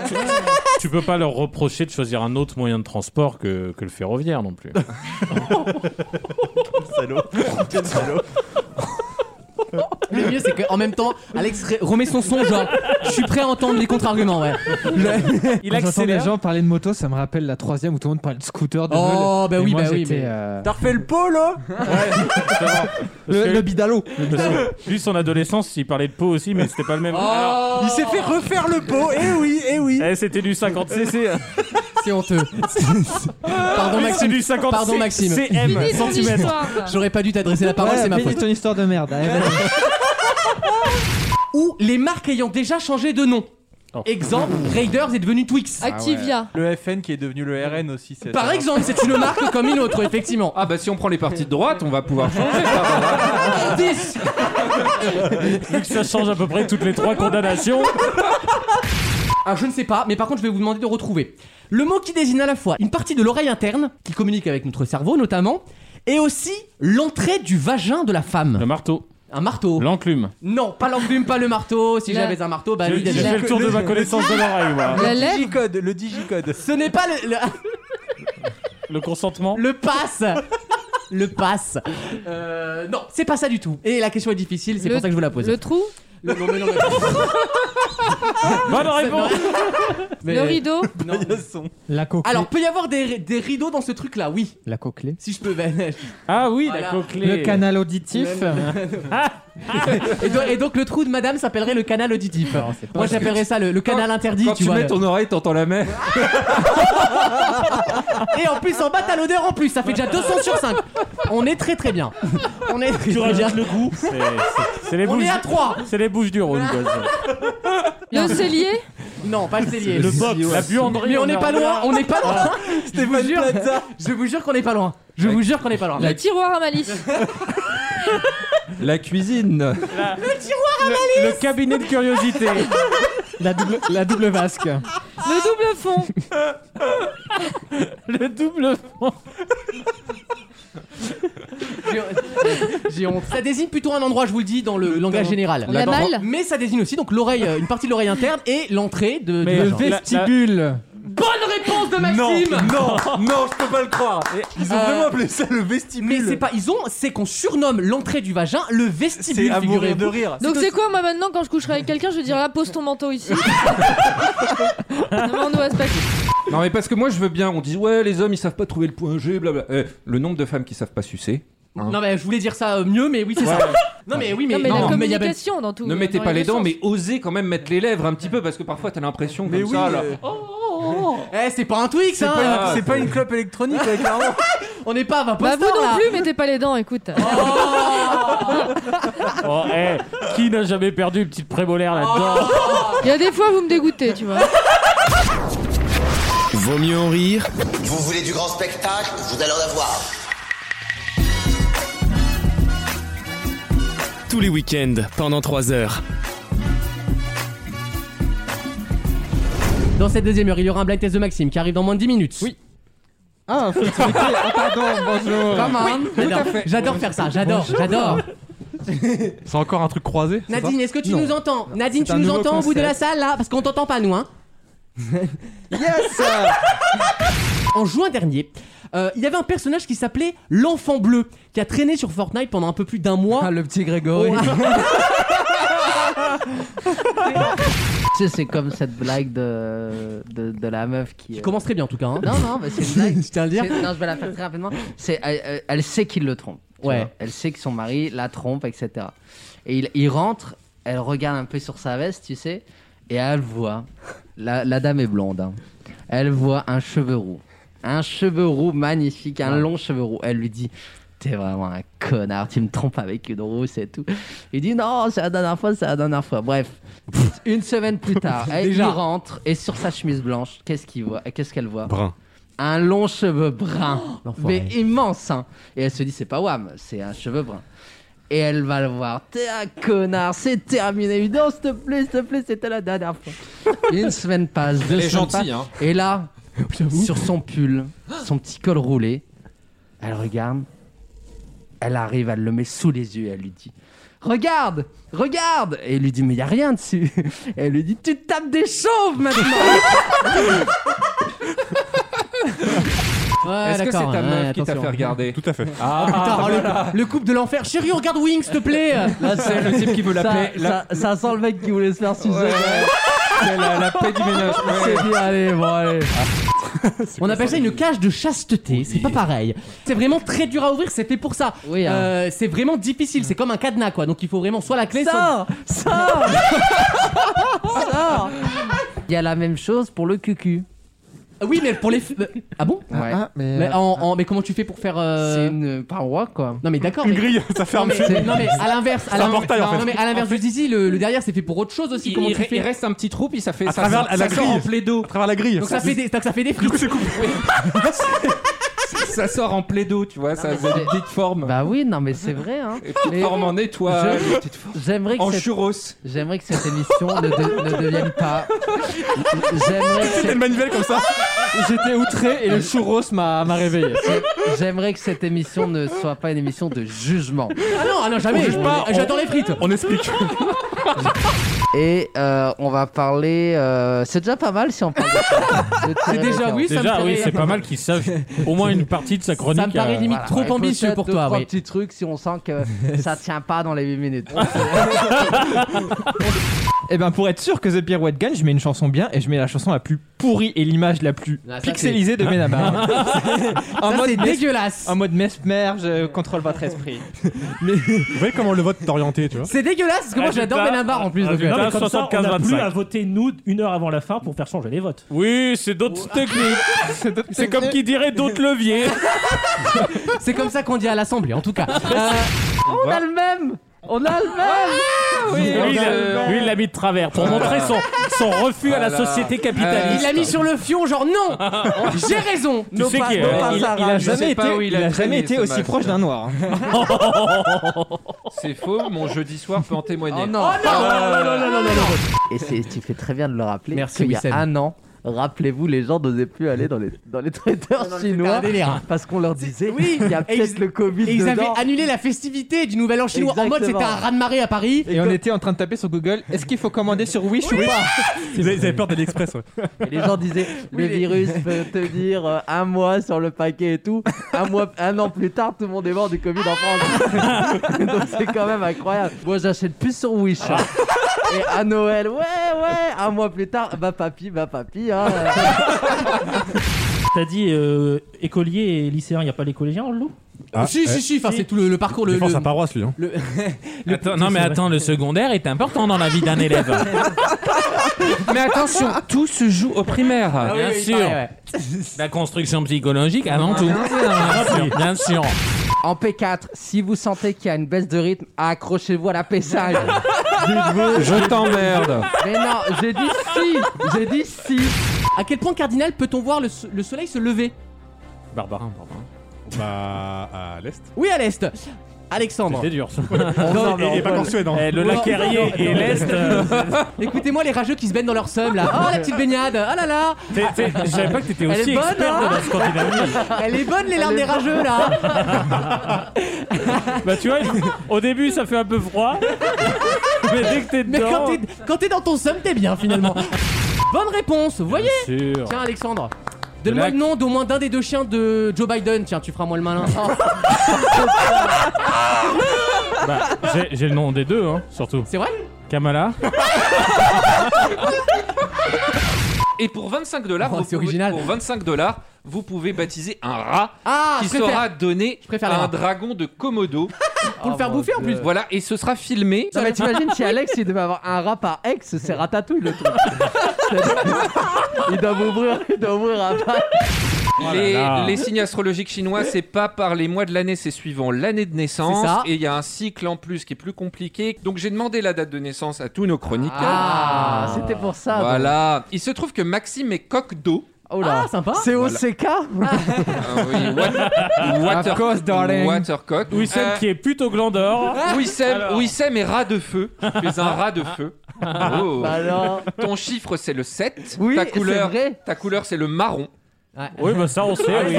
Speaker 8: Tu peux pas leur reprocher de choisir un autre moyen de transport que, que le ferroviaire non plus.
Speaker 3: Le mieux, c'est qu'en même temps, Alex re- remet son son, genre, je suis prêt à entendre les contre-arguments, ouais.
Speaker 8: Il
Speaker 6: Quand j'entends les
Speaker 8: accélère.
Speaker 6: gens parler de moto, ça me rappelle la troisième où tout le monde parlait de scooter, de
Speaker 3: Oh,
Speaker 6: meule.
Speaker 3: bah
Speaker 6: Et
Speaker 3: oui,
Speaker 6: moi,
Speaker 3: bah oui,
Speaker 6: j'étais,
Speaker 3: mais-
Speaker 6: euh,
Speaker 9: T'as refait le polo
Speaker 6: Le, le bidalo.
Speaker 8: Parce que Lui, son adolescence, il parlait de peau aussi, mais c'était pas le même. Alors,
Speaker 4: Oh.
Speaker 9: Il s'est fait refaire le pot, eh oui, eh oui
Speaker 8: eh, c'était du 50cc.
Speaker 3: C'est honteux. Pardon
Speaker 8: C'est
Speaker 3: Maxime,
Speaker 8: du 50
Speaker 3: Ah Pardon, Maxime.
Speaker 8: CM,
Speaker 10: Finis ton
Speaker 8: centimètres.
Speaker 10: histoire, quoi.
Speaker 3: j'aurais pas dû t'adresser la parole,
Speaker 6: Ouais,
Speaker 3: c'est ma
Speaker 6: finis
Speaker 3: faute.
Speaker 6: ton histoire de merde. hein, Allez, vas-y.
Speaker 3: Ou les marques ayant déjà changé de nom.
Speaker 8: Oh.
Speaker 3: Exemple, Raiders est devenu Twix.
Speaker 10: Activia.
Speaker 9: Le FN qui est devenu le RN aussi. c'est-
Speaker 3: Par exemple, c'est une marque comme une autre, effectivement.
Speaker 7: Ah bah si on prend les parties de droite, on va pouvoir changer. ça, voilà.
Speaker 3: Ah.
Speaker 8: Vu que ça change à peu près toutes les trois condamnations.
Speaker 3: Alors Ah, je ne sais pas, mais par contre je vais vous demander de retrouver le mot qui désigne à la fois une partie de l'oreille interne, qui communique avec notre cerveau notamment, et aussi l'entrée du vagin de la
Speaker 8: Le
Speaker 3: femme.
Speaker 8: marteau,
Speaker 3: Un marteau.
Speaker 8: l'enclume.
Speaker 3: Non, pas l'enclume, pas le marteau. Si
Speaker 10: La-
Speaker 3: j'avais un marteau, bah
Speaker 8: J'ai
Speaker 3: lui il a
Speaker 8: j'ai
Speaker 3: déjà-
Speaker 8: fait le tour de ma connaissance de l'oreille, moi.
Speaker 10: La
Speaker 9: Le
Speaker 10: lèvre.
Speaker 9: digicode, le digicode.
Speaker 3: Ce n'est pas le- le...
Speaker 8: Le consentement.
Speaker 3: Le pass Le pass Euh, Non, c'est pas ça du tout. Et la question est difficile, c'est
Speaker 10: Le-
Speaker 3: pour ça que je vous la pose.
Speaker 10: Le trou.
Speaker 3: Le- non, mais non, mais-
Speaker 8: Bonne réponse
Speaker 3: Mais-
Speaker 10: Le rideau
Speaker 3: Non.
Speaker 6: La coquelée.
Speaker 3: Alors, peut y avoir des, des rideaux dans ce truc-là, oui.
Speaker 6: La coquelée.
Speaker 3: Si je peux, Ben.
Speaker 8: Ah oui,
Speaker 3: Voilà.
Speaker 8: la coquelée.
Speaker 6: Le canal auditif.
Speaker 3: et, donc, et donc, le trou de madame s'appellerait le canal auditif.
Speaker 6: Non, c'est pas-
Speaker 3: Moi, j'appellerais ça le, le canal interdit,
Speaker 7: Quand
Speaker 3: tu,
Speaker 7: tu,
Speaker 3: vois.
Speaker 7: mets ton oreille, t'entends la mer.
Speaker 3: Et en plus, en bas, t'as l'odeur en plus. Ça fait déjà 200 sur 5. On est très très bien. On est très,
Speaker 5: Tu
Speaker 3: très bien.
Speaker 5: rajoutes le goût. C'est- c'est- C'est les
Speaker 3: On
Speaker 5: bouches.
Speaker 3: est à 3.
Speaker 5: C'est les bouches du Rhône. quoi, ça.
Speaker 10: Le cellier
Speaker 3: Non, pas le cellier.
Speaker 5: Le box, la buanderie.
Speaker 3: Mais on
Speaker 5: est
Speaker 3: n'est pas loin, on n'est pas loin. je vous jure,
Speaker 9: Plaza.
Speaker 3: je vous jure qu'on n'est pas loin. Je vous jure qu'on n'est pas loin.
Speaker 10: Le tiroir à malice
Speaker 7: La cuisine.
Speaker 8: Le, le cabinet de curiosité.
Speaker 6: La double, la double vasque.
Speaker 10: Le double fond
Speaker 8: le double.
Speaker 3: J'ai- J'ai honte. Ça désigne plutôt un endroit, je vous le dis, dans le langage général.
Speaker 10: La malle
Speaker 3: Mais ça désigne aussi donc l'oreille, euh, une partie de l'oreille interne et l'entrée de.
Speaker 8: Mais
Speaker 3: du
Speaker 8: le
Speaker 3: vagin.
Speaker 8: vest-
Speaker 6: Vestibule.
Speaker 3: Bonne réponse de Maxime.
Speaker 9: Non, non, je peux pas le croire. Ils ont
Speaker 3: Euh,
Speaker 9: vraiment appelé ça le vestibule.
Speaker 3: Mais c'est pas, ils ont, c'est qu'on surnomme l'entrée du vagin le
Speaker 9: C'est
Speaker 3: vestibule.
Speaker 9: à mourir
Speaker 3: figurez-vous.
Speaker 9: de rire.
Speaker 10: Donc c'est quoi moi maintenant quand je coucherai avec quelqu'un je vais dire là pose ton manteau ici Non, on doit se passer.
Speaker 7: Non mais parce que moi je veux bien, on dit ouais les hommes ils savent pas trouver le point G, blabla. Eh, le nombre de femmes qui savent pas sucer.
Speaker 3: Non mais je voulais dire ça euh, mieux, mais oui c'est ça. Non mais oui mais,
Speaker 10: Non mais la
Speaker 3: non, mais il y a ben-
Speaker 10: communication dans tout
Speaker 7: ne mettez
Speaker 10: dans
Speaker 7: pas
Speaker 10: les
Speaker 7: les
Speaker 10: deux
Speaker 7: dents
Speaker 10: sens.
Speaker 7: mais osez quand même mettre les lèvres un petit peu parce que parfois t'as l'impression comme
Speaker 9: Mais oui,
Speaker 7: ça là.
Speaker 9: euh,
Speaker 3: Eh c'est pas un Twix
Speaker 9: c'est
Speaker 3: hein.
Speaker 9: pas,
Speaker 7: Ah,
Speaker 9: une- c'est pas une clope électronique, là, clairement.
Speaker 3: On n'est pas à 20
Speaker 10: Bah vous
Speaker 3: posters,
Speaker 10: non
Speaker 3: là.
Speaker 10: plus mettez pas les dents écoute
Speaker 8: Oh, eh, qui n'a jamais perdu une petite prémolaire là-dedans
Speaker 10: Il y a des fois vous me dégoûtez tu vois
Speaker 1: Vaut mieux en rire
Speaker 11: Vous voulez du grand spectacle Vous allez en avoir.
Speaker 1: tous les week-ends pendant 3 heures.
Speaker 3: Dans cette deuxième heure, il y aura un blind test de Maxime qui arrive dans moins de 10 minutes. Oui.
Speaker 6: Ah, faut expliquer. Ah, pardon, bonjour.
Speaker 3: J'adore, j'adore faire ça, j'adore, j'adore.
Speaker 4: C'est encore un truc croisé c'est ça
Speaker 3: Nadine, est-ce que tu nous entends Nadine,
Speaker 6: c'est
Speaker 3: tu
Speaker 6: un
Speaker 3: nous
Speaker 6: nouveau
Speaker 3: entends au bout de la
Speaker 6: concept.
Speaker 3: salle là Parce qu'on t'entend pas nous hein.
Speaker 6: Yes
Speaker 2: Oh.
Speaker 3: En juin dernier, euh, il y avait un personnage qui s'appelait l'enfant bleu qui a traîné sur Fortnite pendant un peu plus d'un
Speaker 2: Ah,
Speaker 3: mois.
Speaker 6: Ah, le petit Grégory.
Speaker 2: Oh. Tu sais, c'est comme cette blague de, de, de la meuf qui.
Speaker 3: Il
Speaker 2: euh,
Speaker 3: commence très bien en tout cas. hein.
Speaker 2: Non, non, mais c'est une blague.
Speaker 3: Je tiens à le dire.
Speaker 2: C'est- Non, je vais la faire très rapidement. C'est, elle, elle- elle sait qu'il le trompe. tu
Speaker 3: Ouais.
Speaker 2: vois. Elle sait que son mari la trompe, etc. Et il, il rentre, elle regarde un peu sur sa veste, tu sais, et elle voit. La, la dame est blonde. hein. Elle voit un cheveu roux. Un cheveu roux magnifique, un long cheveu roux. Elle lui dit. T'es vraiment un connard, tu me trompes avec une rousse et tout. Il dit non, c'est la dernière fois, c'est la dernière fois. Bref, une semaine plus tard, elle il
Speaker 3: Déjà.
Speaker 2: rentre et sur sa chemise blanche, qu'est-ce qu'il voit Qu'est-ce qu'elle voit
Speaker 4: Brun.
Speaker 2: un long cheveu brun,
Speaker 3: Oh, l'enfoiré.
Speaker 2: mais immense. hein. Et elle se dit, c'est pas Wam, c'est un cheveu brun. Et elle va le voir. T'es un connard, c'est terminé. Non, s'il te plaît, s'il te plaît, c'était la dernière fois. Une semaine passe, deux
Speaker 7: Elle est
Speaker 2: semaines
Speaker 7: gentille
Speaker 2: passent.
Speaker 7: hein.
Speaker 2: Et là, sur son pull, son petit col roulé, elle regarde. Elle arrive, elle le met sous les yeux et elle lui dit Regarde Regarde Et il lui dit Mais il a rien dessus. Et elle lui dit Tu te tapes des chauves maintenant
Speaker 3: Ouais,
Speaker 7: Est-ce
Speaker 2: Ah,
Speaker 7: que c'est
Speaker 3: d'accord,
Speaker 7: ta meuf
Speaker 3: ouais,
Speaker 7: qui t'a
Speaker 3: attention.
Speaker 7: fait regarder
Speaker 4: Tout à fait.
Speaker 3: Ah, putain, oh, le, le couple de l'enfer. Chérie, regarde Wing, s'il te plaît.
Speaker 7: C'est le type qui veut la
Speaker 2: ça,
Speaker 7: paix. La,
Speaker 2: ça- ça sent le mec qui voulait se faire sucer.
Speaker 7: c'est la- la paix du ménage. Ouais.
Speaker 2: C'est dit, allez, bon, allez.
Speaker 3: On appelle ça une cage de chasteté. C'est pas pareil. C'est vraiment très dur à ouvrir. C'est fait pour ça.
Speaker 2: Oui, hein.
Speaker 3: Euh, c'est vraiment difficile. C'est comme un cadenas, quoi. Donc il faut vraiment soit la clé, soit.
Speaker 2: Sors Sors Sors Il y a la même chose pour le cucu.
Speaker 3: Ah Oui, mais pour les. f- euh, Ah bon
Speaker 2: Ouais.
Speaker 6: mais. euh,
Speaker 3: mais, en- en- mais comment tu fais pour faire. euh,
Speaker 2: C'est une paroi, quoi.
Speaker 3: Non mais d'accord.
Speaker 4: Une
Speaker 3: mais-
Speaker 4: grille, ça
Speaker 3: Non
Speaker 4: ferme.
Speaker 3: mais,
Speaker 2: C'est-
Speaker 3: non, mais à l'inverse, à
Speaker 4: C'est un
Speaker 3: l'in-
Speaker 4: portail, en
Speaker 3: non,
Speaker 4: fait.
Speaker 3: non, mais à l'inverse du zizi, le, le derrière c'est fait pour autre chose aussi.
Speaker 7: Il,
Speaker 3: comment
Speaker 7: il
Speaker 3: tu
Speaker 7: re- il
Speaker 3: fais
Speaker 7: reste un petit trou puis ça fait ça,
Speaker 4: travers
Speaker 7: ça-
Speaker 4: la
Speaker 7: ça sort en
Speaker 4: grille.
Speaker 7: plaido.
Speaker 4: À travers la grille.
Speaker 3: Donc ça fait des, donc, ça fait des frites.
Speaker 7: ça sort en plaido tu vois, ça
Speaker 2: mais
Speaker 7: ça a
Speaker 2: c'est-
Speaker 7: une petite forme.
Speaker 2: Bah oui, non, mais c'est vrai, hein.
Speaker 7: Une petite
Speaker 2: mais-
Speaker 7: forme en étoile,
Speaker 2: Je-
Speaker 7: une petite forme
Speaker 2: J'aimerais que,
Speaker 7: en
Speaker 2: cette...
Speaker 7: churros.
Speaker 2: J'aimerais que cette émission ne, de- ne devienne pas. J'aimerais que,
Speaker 4: C'était
Speaker 2: cette-
Speaker 4: le manivelle comme ça.
Speaker 6: J'étais outré et le churros m'a m'a réveillé.
Speaker 2: J'aimerais que cette émission ne soit pas une émission de jugement.
Speaker 3: Ah non, ah non jamais.
Speaker 4: juge pas, on-
Speaker 3: J'attends les frites.
Speaker 4: On explique.
Speaker 2: Et euh, on va parler. euh, C'est déjà pas mal si on parle de ça. De tirer
Speaker 3: C'est déjà
Speaker 2: des
Speaker 3: oui, ça me
Speaker 8: Déjà,
Speaker 3: paraît-
Speaker 8: oui, c'est pas mal qu'il sache au moins une partie de sa chronique.
Speaker 3: Ça me paraît
Speaker 8: euh,
Speaker 3: limite
Speaker 2: Voilà.
Speaker 3: trop
Speaker 2: Et
Speaker 3: ambitieux
Speaker 2: peut-être
Speaker 3: pour
Speaker 2: deux,
Speaker 3: toi.
Speaker 2: trois
Speaker 3: oui.
Speaker 2: petits
Speaker 6: Euh,
Speaker 2: trucs si on sent que ça tient pas dans les 8 minutes.
Speaker 6: Et ben pour être sûr que The Pirouette gagne, je mets une chanson bien et je mets la chanson la plus pourrie et l'image la plus
Speaker 2: Ah, ça,
Speaker 6: pixelisée
Speaker 2: c'est-
Speaker 6: de
Speaker 2: Ah.
Speaker 6: Benabar.
Speaker 2: Ça, c'est
Speaker 6: mes-
Speaker 2: dégueulasse.
Speaker 6: En mode mesmer, je contrôle votre esprit.
Speaker 4: Vous voyez comment le vote est orienté, tu vois
Speaker 3: C'est dégueulasse parce que
Speaker 8: Ah,
Speaker 3: moi
Speaker 12: Résultat-
Speaker 3: j'adore Benabar en plus. donc,
Speaker 12: Résultat,
Speaker 3: euh,
Speaker 8: mais
Speaker 12: comme ça, on n'a
Speaker 8: 75-25.
Speaker 12: plus à voter nous une heure avant la fin pour faire changer les votes.
Speaker 8: Oui, c'est d'autres techniques. C'est comme qui dirait d'autres leviers.
Speaker 3: C'est comme ça qu'on dit à l'Assemblée en tout cas. Euh,
Speaker 6: on a le même On a le même
Speaker 8: Lui,
Speaker 6: on a
Speaker 8: il
Speaker 6: le
Speaker 8: a-
Speaker 6: même.
Speaker 8: lui, il l'a mis de travers pour montrer son, son refus à la
Speaker 3: Voilà.
Speaker 8: société
Speaker 3: Il
Speaker 8: capitaliste.
Speaker 3: l'a mis sur le fion, genre non J'ai raison
Speaker 8: Tu sais qu'il- il- il a
Speaker 6: jamais été- il a jamais été aussi proche d'un noir.
Speaker 7: C'est faux, mon jeudi soir peut en témoigner.
Speaker 2: Oh non. Oh non, Et c'est- tu fais très bien de le rappeler.
Speaker 7: Merci,
Speaker 2: qu'il y
Speaker 7: Wissem.
Speaker 2: a un an, rappelez-vous, les gens n'osaient plus aller dans les, dans les traiteurs
Speaker 3: c'était un
Speaker 2: chinois
Speaker 3: délire.
Speaker 2: hein, parce qu'on leur disait
Speaker 3: Oui.
Speaker 2: il y a
Speaker 3: Et
Speaker 2: peut-être
Speaker 3: ils-
Speaker 2: le Covid
Speaker 3: Et ils avaient
Speaker 2: dedans.
Speaker 3: annulé la festivité du Nouvel An chinois en mode
Speaker 2: Exactement.
Speaker 3: c'était un raz-de-marée à Paris.
Speaker 6: Et on était en train de taper sur Google, est-ce qu'il faut commander sur Wish ou pas
Speaker 4: Ils avaient peur d'aller express, ouais.
Speaker 2: Et les gens disaient le virus peut tenir euh, un mois sur le paquet et tout. Un, mois, un an plus tard, tout le monde est mort du Covid en France. Donc c'est quand même incroyable. Moi j'achète plus sur Wish. hein. Et à Noël, ouais, ouais, un mois plus tard, bah papy, bah papy. Hein.
Speaker 12: T'as dit euh, écolier et lycéen, il n'y a pas les collégiens en loup
Speaker 4: Ah,
Speaker 3: si, si,
Speaker 4: ouais.
Speaker 3: si, enfin, c'est tout le, le parcours. Le,
Speaker 4: Il défend
Speaker 3: le-
Speaker 4: sa paroisse, lui. Hein.
Speaker 3: le-
Speaker 8: Attends, non
Speaker 3: c'est
Speaker 8: mais
Speaker 3: vrai.
Speaker 8: attends, le secondaire est important dans la vie d'un élève.
Speaker 7: Mais attention, tout se joue au primaire.
Speaker 8: bien sûr. La construction psychologique avant tout. Ah, Bien sûr, bien sûr.
Speaker 2: En P4, si vous sentez qu'il y a une baisse de rythme, accrochez-vous à la P5.
Speaker 7: Je t'emmerde.
Speaker 2: Mais non, j'ai dit si, j'ai dit si.
Speaker 3: À quel point, Cardinal, peut-on voir le, so- le soleil se lever
Speaker 8: Barbarin, Barbarin.
Speaker 4: Bah, à l'Est.
Speaker 3: Oui, à l'est Alexandre.
Speaker 8: C'était dur. ça.
Speaker 3: Ah,
Speaker 4: Non,
Speaker 3: bah,
Speaker 4: et, et pas qu'en Suède, hein.
Speaker 8: Oh. Eh, le
Speaker 3: Oh, Non,
Speaker 8: lac Errier
Speaker 3: non,
Speaker 8: et
Speaker 3: non.
Speaker 8: l'Est. euh,
Speaker 3: Écoutez-moi les rageux qui se baignent dans leur somme là. Oh la petite baignade, oh là là.
Speaker 8: t'es- t'es- Je savais pas que t'étais
Speaker 3: Elle
Speaker 8: aussi
Speaker 3: est bonne,
Speaker 8: expert
Speaker 3: hein
Speaker 8: de la Scandinavie.
Speaker 3: Elle est bonne les larmes des rageux là.
Speaker 8: Bah tu vois, au début ça fait un peu froid. Mais dès que t'es
Speaker 3: Mais quand
Speaker 8: dedans.
Speaker 3: t'es quand t'es dans ton somme, t'es bien finalement. Bonne réponse, vous voyez
Speaker 8: Bien sûr.
Speaker 3: Tiens Alexandre. Donne-moi
Speaker 8: lac.
Speaker 3: le nom d'au moins d'un des deux chiens de Joe Biden. Tiens, tu feras moi le malin. Ah,
Speaker 8: Bah, j'ai- j'ai le nom des deux, hein, surtout.
Speaker 3: C'est vrai
Speaker 8: Kamala.
Speaker 7: Et pour 25 dollars,
Speaker 3: Oh,
Speaker 7: vous
Speaker 3: c'est
Speaker 7: pouvez-
Speaker 3: original.
Speaker 7: pour 25 dollars, vous pouvez baptiser un rat
Speaker 3: Ah,
Speaker 7: qui
Speaker 3: je préfère.
Speaker 7: sera donné
Speaker 3: préfère les
Speaker 7: à
Speaker 3: rats.
Speaker 7: un dragon de Komodo.
Speaker 3: Pour le faire
Speaker 2: Oh,
Speaker 3: bouffer en plus.
Speaker 7: Voilà, et ce sera filmé.
Speaker 2: Non mais t'imagines si Alex il devait avoir un rat par ex, c'est ratatouille le truc. il doit ouvrir, il doit ouvrir un rat.
Speaker 7: les,
Speaker 8: là.
Speaker 7: les signes astrologiques chinois, c'est pas par les mois de l'année, c'est suivant l'année de naissance.
Speaker 3: C'est ça.
Speaker 7: Et il y a un cycle en plus qui est plus compliqué. Donc j'ai demandé la date de naissance à tous nos chroniqueurs.
Speaker 2: Ah, c'était pour ça. donc.
Speaker 7: Voilà. Il se trouve que Maxime est coq d'eau.
Speaker 2: Oh là.
Speaker 3: Ah, sympa.
Speaker 2: C'est
Speaker 7: Voilà.
Speaker 2: OCK
Speaker 7: Ah oui, wa- water,
Speaker 6: Of course, darling.
Speaker 7: watercock.
Speaker 8: Wissem
Speaker 7: Euh,
Speaker 8: qui est plutôt glandor.
Speaker 7: Wissem,
Speaker 8: Alors.
Speaker 7: Wissem est rat de feu. Tu es un rat de feu. Oh.
Speaker 2: Bah alors.
Speaker 7: Ton chiffre, c'est le 7.
Speaker 2: Oui,
Speaker 7: ta
Speaker 2: c'est
Speaker 7: couleur,
Speaker 2: vrai.
Speaker 7: ta couleur, c'est le marron.
Speaker 8: Oui, bah ça on
Speaker 7: Ah,
Speaker 8: sait. oui.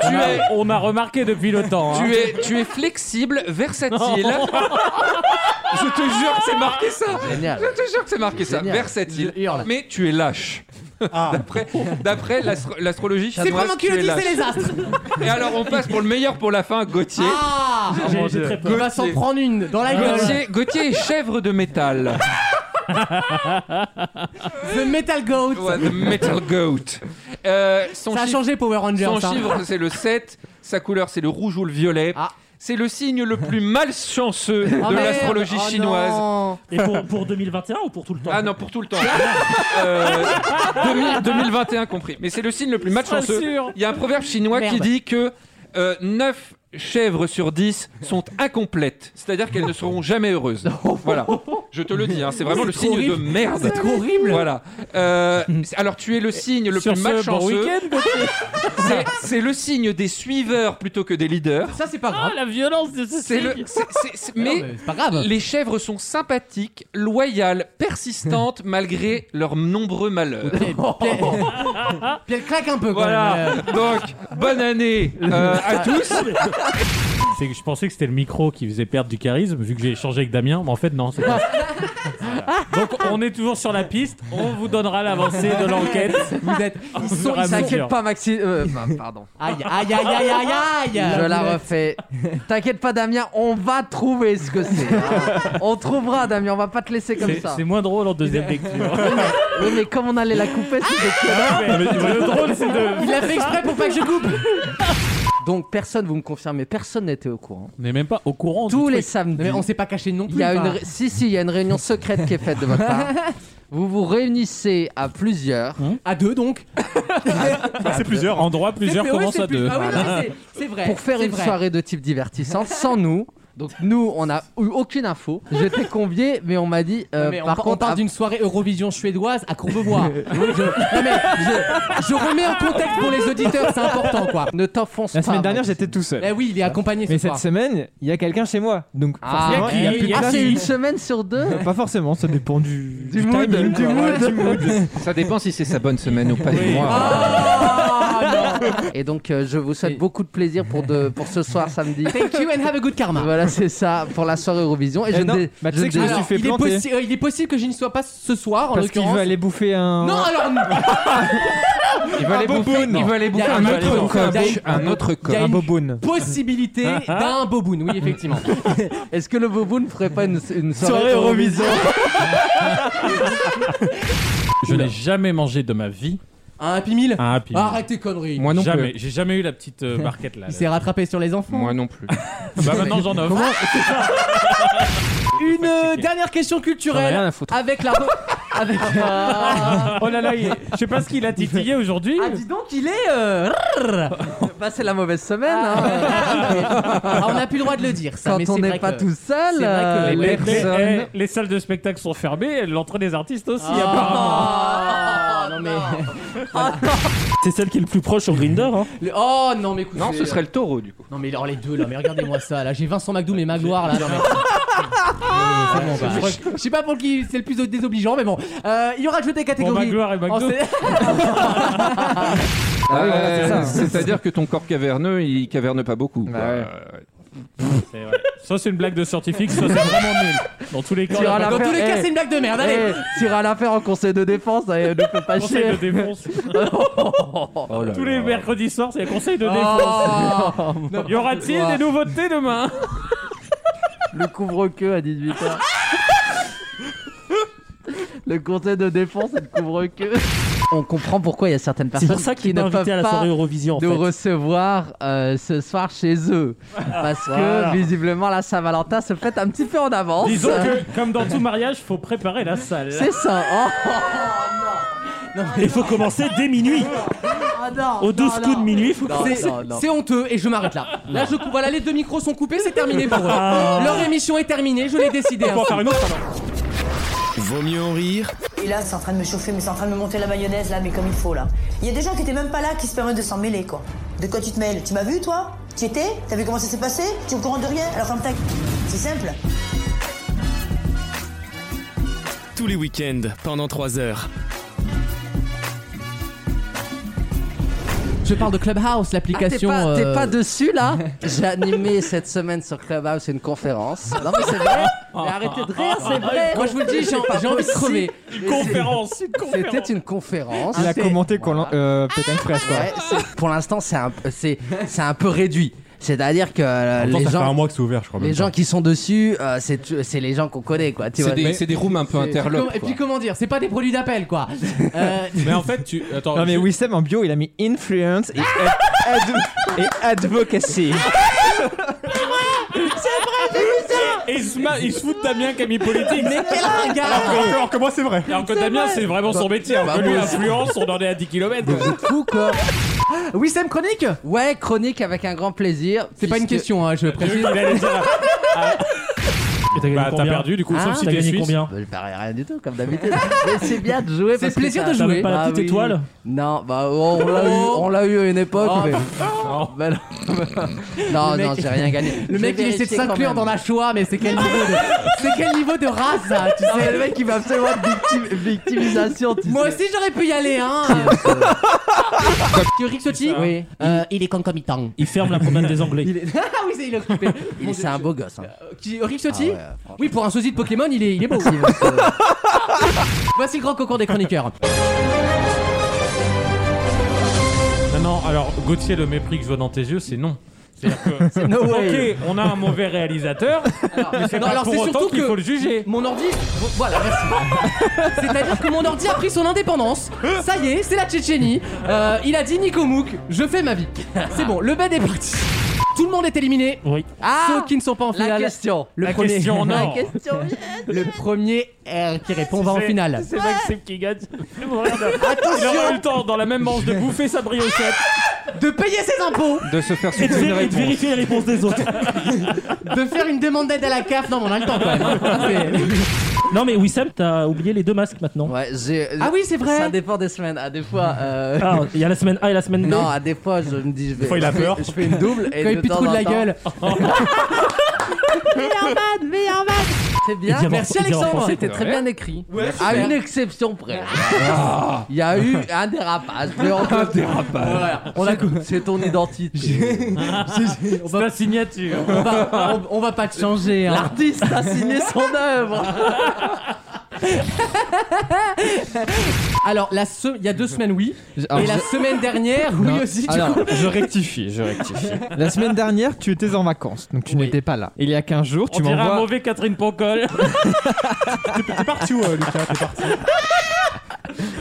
Speaker 7: Tu es,
Speaker 8: On a remarqué depuis le temps. hein.
Speaker 7: tu es, tu es flexible, versatile. Je te jure que c'est marqué ça.
Speaker 2: Génial.
Speaker 7: Je te jure que c'est marqué ça.
Speaker 2: Génial.
Speaker 7: Versatile.
Speaker 2: Je hurle. Ah.
Speaker 7: Mais tu es lâche. D'après, d'après l'astro- l'astrologie
Speaker 3: C'est
Speaker 7: chinoise,
Speaker 3: vraiment
Speaker 7: tu es
Speaker 3: culotté,
Speaker 7: lâche.
Speaker 3: c'est les astres.
Speaker 7: Et alors, on passe pour le meilleur pour la fin, Gauthier.
Speaker 3: Ah
Speaker 12: J'ai j'ai très
Speaker 3: Il
Speaker 12: peur.
Speaker 3: va s'en prendre une dans
Speaker 2: Ah,
Speaker 3: la gueule.
Speaker 7: Gauthier, Gauthier est chèvre de métal.
Speaker 3: The Metal Goat.
Speaker 7: Ouais, the metal goat. Euh, son
Speaker 3: Ça a
Speaker 7: chiffre,
Speaker 3: changé Power Rangers. hein.
Speaker 7: son
Speaker 3: ça.
Speaker 7: chiffre, c'est le 7. Sa couleur, c'est le rouge ou le violet.
Speaker 3: Ah.
Speaker 7: C'est le signe le plus malchanceux
Speaker 3: Oh,
Speaker 7: de
Speaker 3: merde.
Speaker 7: l'astrologie
Speaker 3: Oh,
Speaker 7: chinoise.
Speaker 3: non.
Speaker 12: Et pour, pour 2021 ou pour tout le temps
Speaker 7: Ah non, pour tout le temps. Euh, 2000 2021 compris. Mais c'est le signe le plus malchanceux. Il y a un proverbe chinois qui
Speaker 3: Merde.
Speaker 7: dit que 9 chèvres sur 10 sont incomplètes. C'est-à-dire qu'elles ne seront jamais heureuses. Voilà. Je te le dis, hein, c'est vraiment le
Speaker 3: C'est
Speaker 7: signe
Speaker 3: horrible.
Speaker 7: de merde.
Speaker 3: C'est horrible.
Speaker 7: Voilà. Euh, alors tu es le signe le
Speaker 8: Sur
Speaker 7: plus
Speaker 8: ce, bon
Speaker 7: malchanceux.
Speaker 8: week-end,
Speaker 7: C'est- C'est le signe des suiveurs plutôt que des leaders.
Speaker 3: Ça, c'est pas grave.
Speaker 8: Ah, la violence de ce
Speaker 7: C'est le.
Speaker 8: signe.
Speaker 7: c'est- c'est- c'est-
Speaker 3: Non,
Speaker 7: mais
Speaker 3: mais c'est pas grave.
Speaker 7: les chèvres sont sympathiques, loyales, persistantes malgré leurs nombreux malheurs.
Speaker 3: Puis elle- puis elle claque un peu. quand
Speaker 7: Voilà.
Speaker 3: même.
Speaker 7: Donc, bonne année euh, à tous.
Speaker 8: C'est que je pensais que c'était le micro qui faisait perdre du charisme, vu que j'ai échangé avec Damien, mais en fait, non, c'est pas. Voilà. Donc, on est toujours sur la piste, on vous donnera l'avancée de l'enquête.
Speaker 2: Vous êtes.
Speaker 8: On
Speaker 2: Ils
Speaker 8: vous
Speaker 2: sont,
Speaker 8: fera
Speaker 2: ils s'inquiètent
Speaker 8: mesure.
Speaker 2: pas, Maxi. euh, bah, pardon.
Speaker 3: Aïe, aïe, aïe, aïe, aïe, aïe.
Speaker 2: Je la
Speaker 3: Vous êtes-
Speaker 2: refais. T'inquiète pas, Damien, on va trouver ce que c'est. hein. On trouvera, Damien, on va pas te laisser comme
Speaker 8: C'est-
Speaker 2: ça.
Speaker 8: C'est moins drôle en deuxième lecture.
Speaker 2: Oui, mais comme on allait la couper, c'était
Speaker 8: le drôle, c'est de.
Speaker 3: Il a fait exprès pour pas que je coupe.
Speaker 2: Donc, personne, vous me confirmez, personne n'était au courant.
Speaker 8: On n'est même pas au courant.
Speaker 2: Tous les samedis.
Speaker 3: Mais on s'est pas caché non plus.
Speaker 2: Il y a une
Speaker 3: enfin.
Speaker 2: ré- si si, il y a une réunion secrète qui est faite de votre part. Vous vous réunissez à plusieurs.
Speaker 3: À deux donc.
Speaker 8: Ah, c'est plusieurs. En droit, plusieurs
Speaker 3: C'est- ouais,
Speaker 8: commencent
Speaker 3: c'est
Speaker 8: à
Speaker 3: plus-
Speaker 8: deux.
Speaker 3: Ah oui, non, mais c'est- c'est vrai.
Speaker 2: pour faire
Speaker 3: c'est
Speaker 2: une
Speaker 3: vrai.
Speaker 2: soirée de type divertissante sans nous. Donc nous, on n'a eu aucune info. J'étais convié, mais on m'a dit. euh,
Speaker 3: Mais on,
Speaker 2: par
Speaker 3: par on
Speaker 2: contre,
Speaker 3: parle
Speaker 2: à-
Speaker 3: d'une soirée Eurovision suédoise à Courbevoie. je, non, mais je- je remets en contexte pour les auditeurs, c'est important quoi.
Speaker 2: ah, ne
Speaker 13: Ah,
Speaker 2: t'enfonce pas.
Speaker 6: La semaine dernière,
Speaker 2: Max.
Speaker 6: j'étais tout seul.
Speaker 3: Eh oui, il est accompagné ce
Speaker 6: Mais
Speaker 3: soir.
Speaker 6: cette semaine, il y a quelqu'un chez moi. Donc,
Speaker 2: Ah,
Speaker 6: forcément, il y a plus de
Speaker 2: ah,
Speaker 6: place.
Speaker 2: c'est une semaine sur deux.
Speaker 6: Euh, Pas forcément, ça dépend du,
Speaker 2: Du mood,
Speaker 6: timing,
Speaker 2: du
Speaker 6: quoi.
Speaker 2: mood.
Speaker 6: Ouais, du mood.
Speaker 13: Ça dépend si c'est sa bonne semaine ou pas du mois.
Speaker 3: Ah,
Speaker 2: Et donc, euh, je vous souhaite beaucoup de plaisir pour de pour ce soir samedi.
Speaker 3: Thank you and have a good karma.
Speaker 2: Voilà, c'est ça pour la soirée Eurovision. Et
Speaker 6: Eh
Speaker 2: je
Speaker 6: non,
Speaker 2: dé-
Speaker 6: bah, tu
Speaker 2: je
Speaker 6: sais que je me
Speaker 2: dé-
Speaker 6: suis fait
Speaker 3: il, est
Speaker 6: planter.
Speaker 3: possi- euh, il est possible que je n'y sois pas ce soir en
Speaker 6: Parce qu'il
Speaker 3: l'occurrence.
Speaker 6: veut aller bouffer un.
Speaker 3: Non, alors non.
Speaker 6: il veut aller bouffer.
Speaker 13: Il
Speaker 2: Ah,
Speaker 13: veut aller
Speaker 3: Il y
Speaker 13: bouffer
Speaker 3: a
Speaker 13: un
Speaker 3: un
Speaker 13: autre
Speaker 3: autre
Speaker 13: corps.
Speaker 3: corps. Il y a
Speaker 13: Un autre
Speaker 3: Il y a
Speaker 13: corps.
Speaker 3: une
Speaker 6: boboon.
Speaker 3: possibilité d'un boboon, oui effectivement.
Speaker 2: Est-ce que le Bobo ne ferait pas une, une
Speaker 6: Soirée
Speaker 2: soirée Eurovision
Speaker 8: Je n'ai jamais mangé de ma vie
Speaker 3: Un Happy Meal
Speaker 8: un Happy Meal.
Speaker 3: Arrête tes conneries.
Speaker 13: Moi non
Speaker 8: jamais.
Speaker 13: plus.
Speaker 8: J'ai jamais eu la petite euh, barquette là.
Speaker 3: Il s'est rattrapé sur les enfants.
Speaker 13: Moi non plus.
Speaker 8: Bah maintenant j'en offre.
Speaker 3: Une euh, dernière question
Speaker 8: J'en ai rien
Speaker 3: culturelle
Speaker 8: à foutre.
Speaker 3: avec la. re- avec.
Speaker 8: Oh là là, il est- je sais pas ce qu'il a titillé aujourd'hui.
Speaker 3: Ah, dis donc, il est. euh, hein.
Speaker 2: Bah, c'est la mauvaise semaine. hein.
Speaker 3: Ah, on n'a plus le droit de le dire, ça.
Speaker 2: Quand
Speaker 3: Ah, mais
Speaker 2: on
Speaker 3: c'est
Speaker 2: n'est
Speaker 3: vrai
Speaker 2: pas
Speaker 3: que-
Speaker 2: tout seul,
Speaker 3: c'est vrai que
Speaker 2: euh,
Speaker 3: les
Speaker 8: Ah Mais- mais,
Speaker 2: personnes-
Speaker 8: eh, les salles de spectacle sont fermées, l'entrée des artistes aussi apparemment.
Speaker 3: Ah, non, mais.
Speaker 12: C'est celle qui est le plus proche au Grinder. Hein.
Speaker 3: Le- Oh non, mais écoute.
Speaker 13: Non,
Speaker 3: c'est-
Speaker 13: ce serait le taureau du coup.
Speaker 3: Non, mais alors les deux là, mais regardez-moi ça. Là, j'ai Vincent McDoom et Magloire là. Non, mais- Ouais, ouais, c'est bon, bah, je- Je sais pas pour qui c'est le plus désobligeant, mais bon. Euh, Il y aura de jeu des
Speaker 8: Pour
Speaker 3: catégories. Oh,
Speaker 8: Magloire bah, et
Speaker 3: On
Speaker 8: McDo.
Speaker 3: sait-
Speaker 13: Ah,
Speaker 6: c'est ça.
Speaker 13: euh, C'est-à-dire que ton corps caverneux, il caverne pas beaucoup. quoi.
Speaker 6: Bah ouais.
Speaker 13: Euh,
Speaker 8: C'est vrai. Soit c'est une blague de scientifique, soit c'est vraiment nul. Dans tous les cas,
Speaker 2: Tu auras
Speaker 8: on a
Speaker 2: la
Speaker 3: Dans
Speaker 8: pas
Speaker 2: paix.
Speaker 3: tous les cas,
Speaker 2: Eh.
Speaker 3: c'est une blague de merde. Allez.
Speaker 2: tira l'affaire en conseil de défense, et ne peut pas
Speaker 8: de conseil
Speaker 2: chier.
Speaker 8: de défense. tous les mercredis soirs, c'est un conseil de défense.
Speaker 3: Oh.
Speaker 8: Y aura-t-il
Speaker 3: quoi.
Speaker 8: des nouveautés demain
Speaker 2: Le couvre-queue à 18h. Le conseil de défense et le couvre-queue. On comprend pourquoi il y a certaines
Speaker 12: C'est
Speaker 2: personnes
Speaker 12: pour ça
Speaker 2: qui
Speaker 12: qu'il
Speaker 2: ne
Speaker 12: m'a
Speaker 2: peuvent
Speaker 12: invité à la soirée
Speaker 2: pas
Speaker 12: Eurovision en
Speaker 2: nous
Speaker 12: fait.
Speaker 2: recevoir euh, ce soir chez eux. Parce
Speaker 12: Voilà.
Speaker 2: que visiblement la Saint-Valentin se fait un petit peu en avance.
Speaker 8: Disons que, comme dans tout mariage, faut préparer la salle.
Speaker 2: C'est ça. Oh,
Speaker 12: Il faut commencer dès minuit.
Speaker 2: Ah non,
Speaker 12: Aux 12
Speaker 2: non,
Speaker 12: coups de
Speaker 2: non.
Speaker 12: minuit, il faut
Speaker 2: Non,
Speaker 12: commencer.
Speaker 3: C'est-
Speaker 2: non, non.
Speaker 3: C'est honteux et je m'arrête là. Là, je coupe. Voilà, les deux micros sont coupés, c'est terminé pour eux. Leur émission est terminée, je l'ai décidé.
Speaker 8: Faut en faire une autre, alors.
Speaker 1: Vaut mieux en rire
Speaker 14: Et là, c'est en train de me chauffer, mais c'est en train de me monter la mayonnaise, là, mais comme il faut, là. Il y a des gens qui étaient même pas là qui se permettent de s'en mêler, quoi. De quoi tu te mêles Tu m'as vu, toi Tu y étais T'as vu comment ça s'est passé Tu es au courant de rien Alors, ferme ta... C'est simple.
Speaker 1: tous les week-ends pendant 3 heures.
Speaker 3: Je parle de Clubhouse,
Speaker 2: Ah, t'es
Speaker 3: l'application.
Speaker 2: pas, t'es
Speaker 3: euh,
Speaker 2: pas dessus là J'ai animé cette semaine sur Clubhouse une conférence. Non mais c'est vrai Mais arrêtez de rire, c'est vrai
Speaker 3: Moi, je vous le dis, j'ai
Speaker 2: C'est pas
Speaker 3: j'ai envie de
Speaker 2: possible.
Speaker 3: crever.
Speaker 8: Une conférence, une conférence.
Speaker 2: C'était une conférence.
Speaker 6: Il a commenté qu'on
Speaker 2: Voilà.
Speaker 6: l'en- euh, peut-être fraîche quoi.
Speaker 2: Ouais, c'est- pour l'instant, c'est un, c'est, c'est un peu réduit. C'est-à-dire que euh,
Speaker 4: En même temps,
Speaker 2: les
Speaker 4: ça fait un
Speaker 2: gens,
Speaker 4: mois que c'est ouvert, je crois.
Speaker 2: les
Speaker 4: même
Speaker 2: gens
Speaker 4: pas.
Speaker 2: qui sont dessus, euh, c'est, tu- c'est les gens qu'on connaît, quoi. Tu
Speaker 13: C'est
Speaker 2: vois.
Speaker 13: des,
Speaker 2: Mais-
Speaker 13: c'est des rooms un peu
Speaker 3: Comme-
Speaker 13: interlopes.
Speaker 3: et puis
Speaker 13: quoi.
Speaker 3: comment dire, c'est pas des produits d'appel quoi. Euh,
Speaker 8: Mais en fait, tu. Attends,
Speaker 6: Non mais
Speaker 8: je-
Speaker 6: Wissem en bio il a mis influence et, ad- ad- et advocacy.
Speaker 8: Et il se, ma- il se fout de Damien qui a mis politique.
Speaker 3: mais quel ringard
Speaker 2: Ah,
Speaker 4: Alors que- alors que moi, c'est vrai.
Speaker 8: Ah, Alors que Damien, c'est vraiment son métier. Alors que lui, influence, on en est à 10 km.
Speaker 3: Bah,
Speaker 2: Vous êtes fous, quoi.
Speaker 3: Oui, Sam Ah, Chronique
Speaker 2: Ouais, chronique avec un grand plaisir.
Speaker 3: C'est pas une
Speaker 2: puisque-
Speaker 3: question, hein, je précise.
Speaker 12: Et t'as gagné
Speaker 8: Bah, t'as
Speaker 12: combien Ah.
Speaker 8: perdu du coup,
Speaker 2: Hein
Speaker 8: sauf si
Speaker 12: T'as
Speaker 8: t'es
Speaker 12: gagné
Speaker 8: suisse.
Speaker 12: combien
Speaker 2: Bah, Je parie rien du tout, comme d'habitude. Mais c'est bien de jouer.
Speaker 3: C'est
Speaker 2: parce que
Speaker 3: plaisir
Speaker 2: ça-
Speaker 3: de
Speaker 12: T'as
Speaker 3: jouer.
Speaker 12: même pas la petite
Speaker 2: Ah oui.
Speaker 12: étoile
Speaker 2: Non, bah oh, on l'a eu, on l'a eu à une époque.
Speaker 3: Oh.
Speaker 2: mais- Bah, non, non,
Speaker 3: Le
Speaker 2: non,
Speaker 3: mec-
Speaker 2: j'ai rien gagné.
Speaker 3: Le mec il essaie de s'inclure dans la Shoah, mais c'est quel niveau de, c'est quel niveau de race ça, tu
Speaker 2: Non, mais
Speaker 3: sais
Speaker 2: le mec il va absolument de victim- victimisation. tu
Speaker 3: Moi
Speaker 2: sais.
Speaker 3: aussi j'aurais pu y aller, hein. que Rick Sotti,
Speaker 12: Oui.
Speaker 3: euh, il est concomitant.
Speaker 12: Il ferme la promenade des Anglais.
Speaker 3: Il est- Ah oui, c'est- il est occupé. Mon Dieu,
Speaker 2: C'est un beau gosse. hein.
Speaker 3: Qui- Rick Ciotti
Speaker 2: Ah ouais,
Speaker 3: Oui, pour un sosie de Pokémon, il est, il est beau. Voici le grand concours des chroniqueurs.
Speaker 8: Non, non, alors Gauthier, le mépris que je vois dans tes yeux, c'est non. C'est-à-dire que.
Speaker 3: C'est no way.
Speaker 8: Ok, on a un mauvais réalisateur, Ah, mais c'est
Speaker 3: Non,
Speaker 8: pas
Speaker 3: alors,
Speaker 8: pour
Speaker 3: c'est
Speaker 8: autant
Speaker 3: surtout
Speaker 8: qu'il
Speaker 3: que-
Speaker 8: faut le juger.
Speaker 3: Mon ordi. Voilà, merci. C'est-à-dire que mon ordi a pris son indépendance. Ça y est, c'est la Tchétchénie. Euh, il a dit Nico Mouk, je fais ma vie. C'est bon, le bed est parti. Tout le monde est éliminé.
Speaker 8: Oui.
Speaker 3: Ceux qui ne sont pas en
Speaker 2: La
Speaker 3: finale.
Speaker 2: question.
Speaker 3: Le
Speaker 8: Ah, La
Speaker 3: premier.
Speaker 8: question en
Speaker 3: La
Speaker 8: or.
Speaker 2: question,
Speaker 3: Le premier euh, qui répond va en
Speaker 8: C'est-
Speaker 3: finale.
Speaker 8: C'est Maxime qui gagne. Il aura eu le temps dans la même manche de bouffer sa briochette.
Speaker 3: De payer ses impôts.
Speaker 13: De se faire
Speaker 8: Et de
Speaker 13: souffler une
Speaker 8: véri-
Speaker 13: réponse.
Speaker 8: vérifier
Speaker 12: les réponses des autres.
Speaker 3: De faire une demande d'aide à la CAF. Non, mais on a le temps quand même. hein.
Speaker 12: Non mais Wissem, t'as oublié les deux masques maintenant.
Speaker 2: Ouais, j'ai-
Speaker 3: Ah oui, c'est vrai.
Speaker 2: Ça dépend des semaines. À des fois. euh,
Speaker 12: Ah, il y a la semaine A et la semaine B.
Speaker 2: Non, à des fois, je me dis, je vais.
Speaker 12: Des fois, il a
Speaker 2: je fais-
Speaker 12: peur.
Speaker 2: Je fais une double et
Speaker 3: Quand il
Speaker 2: de
Speaker 3: pue de
Speaker 2: temps
Speaker 3: trou de
Speaker 2: en
Speaker 3: la
Speaker 2: temps-
Speaker 3: gueule.
Speaker 2: Meilleur man, meilleur man. C'est
Speaker 3: Il dit
Speaker 2: bien.
Speaker 3: en- Merci, il dit en Alexandre. français,
Speaker 2: C'était
Speaker 3: quoi.
Speaker 2: très bien écrit.
Speaker 3: Ouais, Ah.
Speaker 2: à
Speaker 3: super.
Speaker 2: une exception près. Il y a eu un dérapage. mais on-
Speaker 8: Un dérapage.
Speaker 2: Voilà. On a- C'est ton identité.
Speaker 8: C'est la signature.
Speaker 3: On va, on, on va pas te changer. hein.
Speaker 2: L'artiste a signé son œuvre.
Speaker 3: Alors, la se- il y a deux semaines, oui.
Speaker 6: alors,
Speaker 3: et la
Speaker 6: je-
Speaker 3: semaine dernière, oui
Speaker 6: Non,
Speaker 3: aussi. du
Speaker 6: alors,
Speaker 3: coup.
Speaker 6: je rectifie, je rectifie. La semaine dernière, tu étais en vacances, donc tu n'étais pas là. Il y a 15 jours,
Speaker 8: On
Speaker 6: tu
Speaker 8: dirait un
Speaker 6: m'envoies.
Speaker 8: mauvais Catherine Pancol.
Speaker 4: T'es parti où, euh, Lucas T'es parti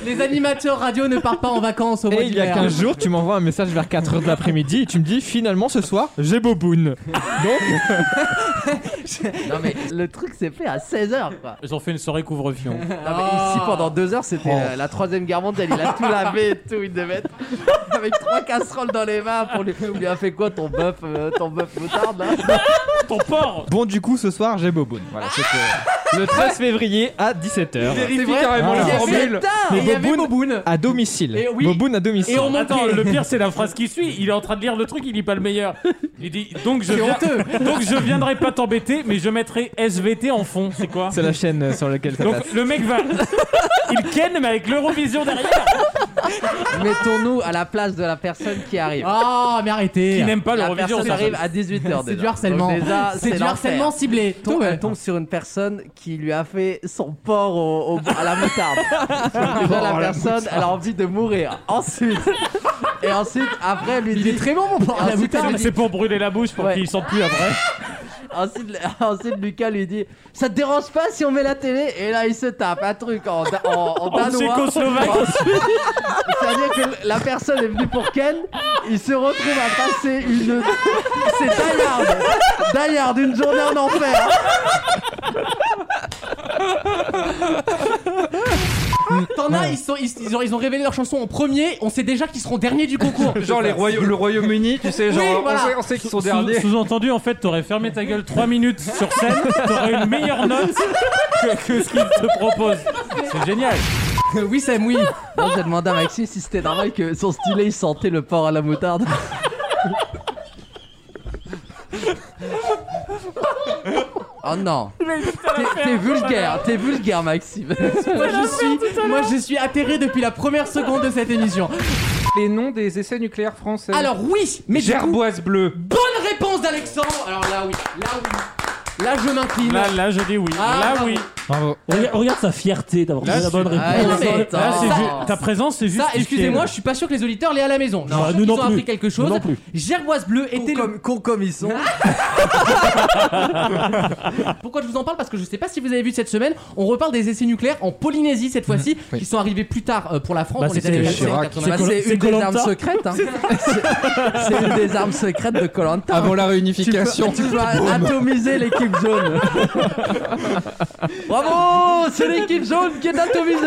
Speaker 3: Les animateurs radio ne partent pas en vacances au mois
Speaker 6: Et il y a
Speaker 3: d'hiver.
Speaker 6: 15 jours, tu m'envoies un message vers 4h de l'après-midi et tu me dis finalement ce soir, j'ai Boboun. Donc,
Speaker 2: Non, mais le truc s'est fait à 16h, quoi.
Speaker 8: Ils ont fait une soirée couvre-fion.
Speaker 2: Non, mais
Speaker 3: Oh.
Speaker 2: ici pendant deux heures
Speaker 6: Oh.
Speaker 2: c'était euh, la troisième guerre mondiale, il a tout lavé et tout, il devait être avec trois casseroles dans les mains pour lui. Il lui a fait quoi ton bœuf euh, ton bœuf moutarde hein. là
Speaker 8: Ah, Ton porc
Speaker 6: bon, du coup, ce soir, j'ai Boboun. Voilà, c'était le 13 février à 17h.
Speaker 3: C'est vrai,
Speaker 6: carrément
Speaker 3: il y
Speaker 6: la
Speaker 3: avait-
Speaker 6: formule.
Speaker 3: Putain,
Speaker 6: Mais
Speaker 3: il y avait
Speaker 6: Boboun
Speaker 3: Boboun.
Speaker 6: À domicile.
Speaker 3: Et oui.
Speaker 6: Boboun à domicile.
Speaker 3: Et on manquait.
Speaker 8: Attends, le pire c'est la phrase qui suit. Il est en train de lire le truc, il lit pas le meilleur. Il dit donc je
Speaker 3: C'est
Speaker 8: viens-
Speaker 3: honteux.
Speaker 8: donc je viendrai pas t'embêter, mais je mettrai SVT en fond. C'est quoi
Speaker 6: C'est la chaîne euh, sur laquelle ça passe.
Speaker 8: Donc le mec va, il ken mais avec l'Eurovision derrière.
Speaker 2: Mettons-nous à la place de la personne qui arrine.
Speaker 3: Ah, mais arrêtez.
Speaker 8: Qui n'aime pas
Speaker 2: La
Speaker 8: l'Eurovision.
Speaker 2: personne
Speaker 8: ça.
Speaker 2: arrive à 18h.
Speaker 3: C'est du harcèlement. C'est du harcèlement ciblé.
Speaker 2: Tombe,
Speaker 3: Tout, ouais.
Speaker 2: Elle tombe sur une personne qui lui a fait son porc au, au- à la moutarde. Donc
Speaker 3: Oh,
Speaker 2: déjà, la personne, elle a envie de mourir. Ensuite, et ensuite, après, elle lui dit.
Speaker 3: Il est très bon mon porc à la
Speaker 2: Ensuite, elle
Speaker 3: moutarde.
Speaker 2: lui dit-
Speaker 8: Ah, C'est pour brûler la bouche pour
Speaker 2: Ouais.
Speaker 8: qu'il sente plus après.
Speaker 2: Ensuite, ensuite, Lucas lui dit Ça te dérange pas si on met la télé Et là, il se tape un truc en, da- en, en
Speaker 8: En
Speaker 2: danois.
Speaker 8: Tchécoslovaque.
Speaker 2: C'est-à-dire que la personne est venue pour Ken il se retrouve à passer une. C'est Dayard Dayard, une journée en enfer
Speaker 3: T'en as, ils, sont, ils, ils ont, ils ont révélé leur chanson en premier. On sait déjà qu'ils seront derniers du concours.
Speaker 13: Genre les roya- le Royaume-Uni, tu sais, genre
Speaker 3: Oui,
Speaker 13: on
Speaker 3: voilà.
Speaker 13: sait- on sait qu'ils sont
Speaker 8: Sous-
Speaker 13: derniers.
Speaker 8: Sous-entendu, en fait, t'aurais fermé ta gueule 3 minutes sur scène, t'aurais une meilleure note que, que ce qu'ils te proposent. C'est génial.
Speaker 3: oui, Sam, oui.
Speaker 2: Moi, j'ai demandé à Maxime si c'était normal que son stylet il sentait le porc à la moutarde. Oh non T'es- T'es vulgaire, t'es vulgaire Maxime
Speaker 3: Moi, je suis, moi, je suis atterré depuis la première seconde de cette émission.
Speaker 13: Les noms des essais nucléaires
Speaker 8: Euh,
Speaker 13: français.
Speaker 3: Alors, oui, mais du coup,
Speaker 13: Gerboise bleue.
Speaker 3: bonne réponse d'Alexandre. Alors là, oui. Là, oui. Là, je m'incline.
Speaker 8: Là, là, je dis oui.
Speaker 3: Ah,
Speaker 8: là,
Speaker 3: bravo.
Speaker 8: oui.
Speaker 6: Bravo.
Speaker 12: Regarde, regarde sa fierté d'avoir
Speaker 8: Là,
Speaker 12: trouvé la bonne
Speaker 8: c'est-
Speaker 12: réponse.
Speaker 2: Ah, il
Speaker 3: Non, mais-
Speaker 2: est
Speaker 8: Là, c'est
Speaker 3: Ça-
Speaker 8: ju- ta présence, c'est juste.
Speaker 3: Ça, excusez-moi, je suis pas sûr que les auditeurs l'aient à la maison. Je suis
Speaker 12: Non,
Speaker 3: sûr
Speaker 12: nous
Speaker 3: qu'ils
Speaker 12: non
Speaker 3: ont
Speaker 12: plus.
Speaker 3: appris quelque chose.
Speaker 12: Nous non plus.
Speaker 3: Gerboise bleue était le.
Speaker 2: Con comme ils sont
Speaker 3: Pourquoi je vous en parle Parce que je sais pas si vous avez vu cette semaine, on reparle des essais nucléaires en Polynésie cette fois-ci, qui sont arrivés plus tard euh, pour la France.
Speaker 12: Bah,
Speaker 3: on les
Speaker 12: c'était
Speaker 3: avait
Speaker 12: Chirac.
Speaker 3: en 80.
Speaker 2: Bah,
Speaker 12: Koh-
Speaker 2: c'est
Speaker 12: c'est
Speaker 2: une des
Speaker 12: Koh-Lanta.
Speaker 2: armes secrètes. hein. C'est- C'est une des armes secrètes de Colanta.
Speaker 13: Avant la réunification.
Speaker 2: Tu vas atomiser l'équipe jaune. Bravo, c'est l'équipe jaune qui est atomisée.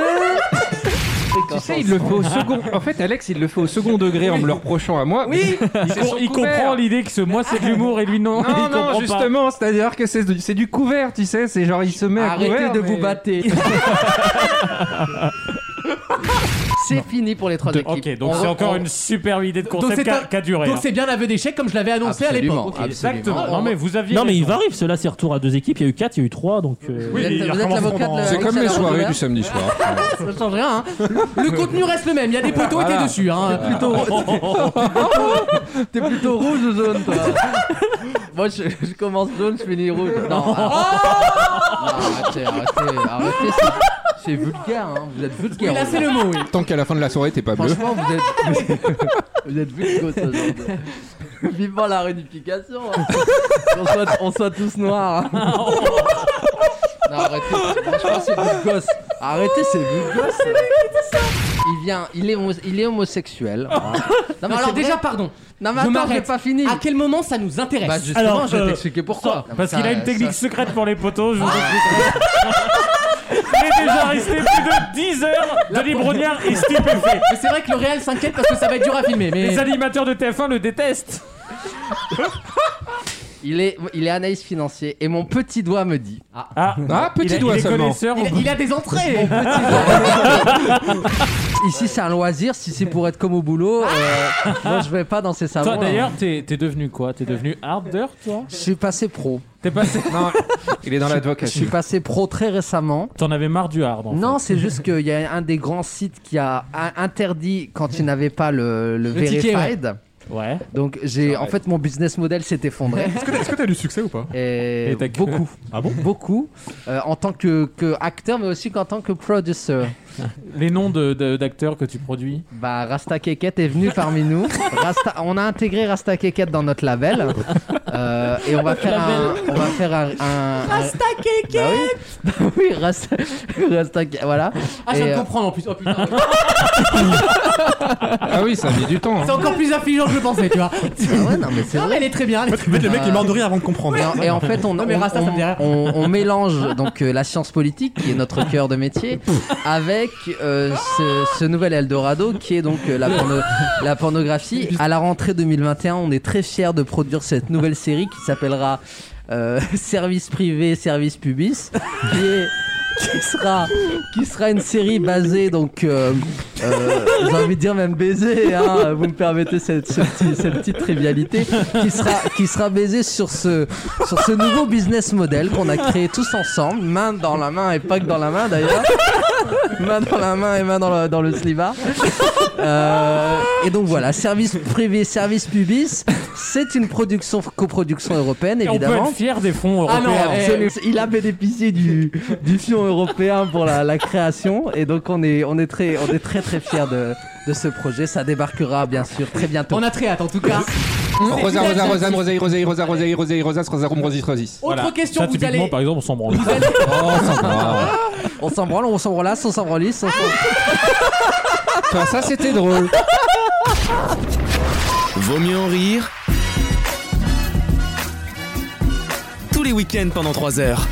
Speaker 13: Tu sais, il le fait au second. En fait, Alex, il le fait au second degré en me le reprochant à moi.
Speaker 3: Oui,
Speaker 13: il,
Speaker 8: Il, com- il comprend l'idée que ce, moi c'est de l'humour et lui non. il
Speaker 13: Non,
Speaker 8: comprend
Speaker 13: non,
Speaker 8: pas.
Speaker 13: justement, c'est-à-dire que c'est c'est du couvert, tu sais, c'est genre il se met à
Speaker 2: Arrêtez
Speaker 13: couvert,
Speaker 2: de
Speaker 13: mais-
Speaker 2: vous battre.
Speaker 3: C'est fini pour les trois
Speaker 8: De-
Speaker 3: équipes.
Speaker 8: ok, donc
Speaker 3: On-
Speaker 8: c'est encore
Speaker 3: on-
Speaker 8: une hein. super idée de
Speaker 6: Donc
Speaker 8: concept
Speaker 6: c'est
Speaker 8: qui
Speaker 6: un-
Speaker 8: a duré.
Speaker 6: Donc c'est bien l'aveu d'échec comme je l'avais annoncé à l'époque. Ok,
Speaker 8: Exactement. Non, mais vous aviez.
Speaker 15: Non, mais il
Speaker 8: raison.
Speaker 15: va arriver, cela c'est retour à deux équipes. Il y a eu 4, il y a eu 3, donc. euh,
Speaker 16: Oui, Vous êtes- il vous êtes recommence l'avocat de la-
Speaker 6: C'est comme les soirées du
Speaker 16: samedi soir.
Speaker 6: Ça ne change rien. hein. Le contenu reste le même. Il y a des poteaux et
Speaker 16: Voilà.
Speaker 6: des dessus. Hein.
Speaker 3: T'es plutôt, t'es plutôt rouge ou jaune, toi Moi, je, je commence jaune, je finis rouge. Non,
Speaker 6: Oh.
Speaker 3: Ah. arrêtez, arrêtez, arrêtez, arrêtez, c'est- c'est vulgaire, hein. vous êtes vulgaire.
Speaker 6: Oui, là, c'est le mot, oui.
Speaker 7: Tant qu'à la fin de la soirée, t'es pas bleu.
Speaker 3: Franchement, vous êtes, vous êtes vulgaire, ce genre de- Vivement la réunification. hein. On, soit, on soit tous noirs. hein. Non, arrêtez, franchement, c'est du gosse. Arrêtez, c'est du gosse. Il vient, il est, homo- il est homosexuel. Non, mais
Speaker 6: alors
Speaker 3: c'est vrai.
Speaker 6: déjà, pardon.
Speaker 3: Non, mais
Speaker 6: je
Speaker 3: attends,
Speaker 6: m'arrête.
Speaker 3: j'ai pas fini.
Speaker 6: À quel moment ça nous intéresse
Speaker 3: Ah, Bah, justement, Alors, je vais euh, t'expliquer pourquoi.
Speaker 8: ça,
Speaker 3: Non, mais
Speaker 8: parce
Speaker 3: ça,
Speaker 8: qu'il a une
Speaker 3: ça-
Speaker 8: technique secrète pour les poteaux, je vous expliquerai. Il est déjà resté plus de 10 heures. Denis Brognard est stupéfait.
Speaker 6: Mais c'est vrai que le Real s'inquiète parce que ça va être dur à filmer. Mais
Speaker 8: Les animateurs de TF1 le détestent.
Speaker 3: Il est, il est analyste financier et mon petit doigt me dit. Ah,
Speaker 7: Ah, petit Il est- doigt il est seulement. connaisseur,
Speaker 6: Il, il a des entrées.
Speaker 3: Ici, c'est un loisir. Si c'est pour être comme au boulot, euh, moi, je vais pas dans ces
Speaker 6: Ah
Speaker 3: salons.
Speaker 8: Toi d'ailleurs, t'es t'es devenu quoi T'es devenu harder, toi
Speaker 3: je suis passé pro.
Speaker 8: T'es passé.
Speaker 7: Non, il est dans
Speaker 3: Je suis
Speaker 7: l'advocacy.
Speaker 3: passé pro très récemment.
Speaker 8: T'en avais marre du hard. en
Speaker 3: Non, c'est juste qu'il y a un des grands sites qui a a- interdit quand il n'avait pas le, le,
Speaker 8: Le ticket, ouais.
Speaker 3: verified.
Speaker 8: Ouais.
Speaker 3: Donc j'ai, en fait, mon business model s'est effondré.
Speaker 4: Est-ce que t'as du succès ou pas
Speaker 3: Et,
Speaker 4: Et t'as-
Speaker 3: beaucoup.
Speaker 4: Ah bon
Speaker 3: Beaucoup. Euh, en tant que, que acteur, mais aussi qu'en tant que producer.
Speaker 8: Les noms de- de- d'acteurs que tu produis
Speaker 3: Bah, Rasta Keket est venu parmi nous. Rasta- on a intégré Rasta Keket dans notre label. Euh, et on va faire un. On va faire un. un- un-
Speaker 6: Rasta Keket
Speaker 3: Bah oui. Bah oui, Rasta, Rasta Ke- Voilà.
Speaker 6: Ah, je viens
Speaker 3: Et,
Speaker 6: de
Speaker 3: euh,
Speaker 6: comprendre en plus. Oh putain.
Speaker 7: Ah oui, ça a mis du temps. hein.
Speaker 6: C'est encore plus affligeant que je le pensais, tu vois.
Speaker 3: Ah ouais, non, mais c'est
Speaker 6: Non, mais elle est très bien. elle est très bien.
Speaker 4: avant de comprendre.
Speaker 3: Non, et en fait, on,
Speaker 6: Non, mais
Speaker 3: on-
Speaker 6: Rasta, ça
Speaker 3: on-
Speaker 6: me fait rire.
Speaker 3: on- on mélange donc euh, la science politique, qui est notre cœur de métier, avec euh, ce, ce nouvel Eldorado, qui est donc euh, la, porno- la pornographie. À la rentrée 2021, on est très fiers de produire cette nouvelle série qui s'appellera euh, Service privé, service pubis, qui est- qui sera, qui sera une série basée donc euh, euh, j'ai envie de dire même baiser hein, vous me permettez cette, ce petit- cette petite trivialité qui sera qui sera baisée sur ce sur ce nouveau business model qu'on a créé tous ensemble main dans la main et pas que dans la main d'ailleurs main dans la main et main dans le, dans le slibard. Euh, et donc voilà service privé service pubis c'est une production coproduction européenne
Speaker 8: Et on peut
Speaker 3: évidemment
Speaker 8: être hein. fier des fonds
Speaker 3: ah non,
Speaker 8: européens.
Speaker 6: eh,
Speaker 3: absolument. il a bénéficié du, du fion européen pour la, la création et donc on est, on est, très, on est très très fiers de, de ce projet. Ça débarquera bien sûr très bientôt.
Speaker 6: On a très hâte en tout cas.
Speaker 7: Rosa,
Speaker 6: C'est
Speaker 7: rosa,
Speaker 6: hyper
Speaker 7: rosa,
Speaker 6: gentil.
Speaker 7: rosa, rosa, rosa, rosa, rosa, rosa, rosa, rosa, rosis.
Speaker 6: Autre question,
Speaker 8: Ça,
Speaker 6: vous
Speaker 8: typiquement,
Speaker 6: allez-
Speaker 8: par exemple, on s'en branle.
Speaker 3: On s'en branle, on s'en branlasse, on s'en branlisse. on s'en-
Speaker 7: Enfin, ça, c'était drôle.
Speaker 1: Vaut mieux en rire. Tous les week-ends pendant 3 heures.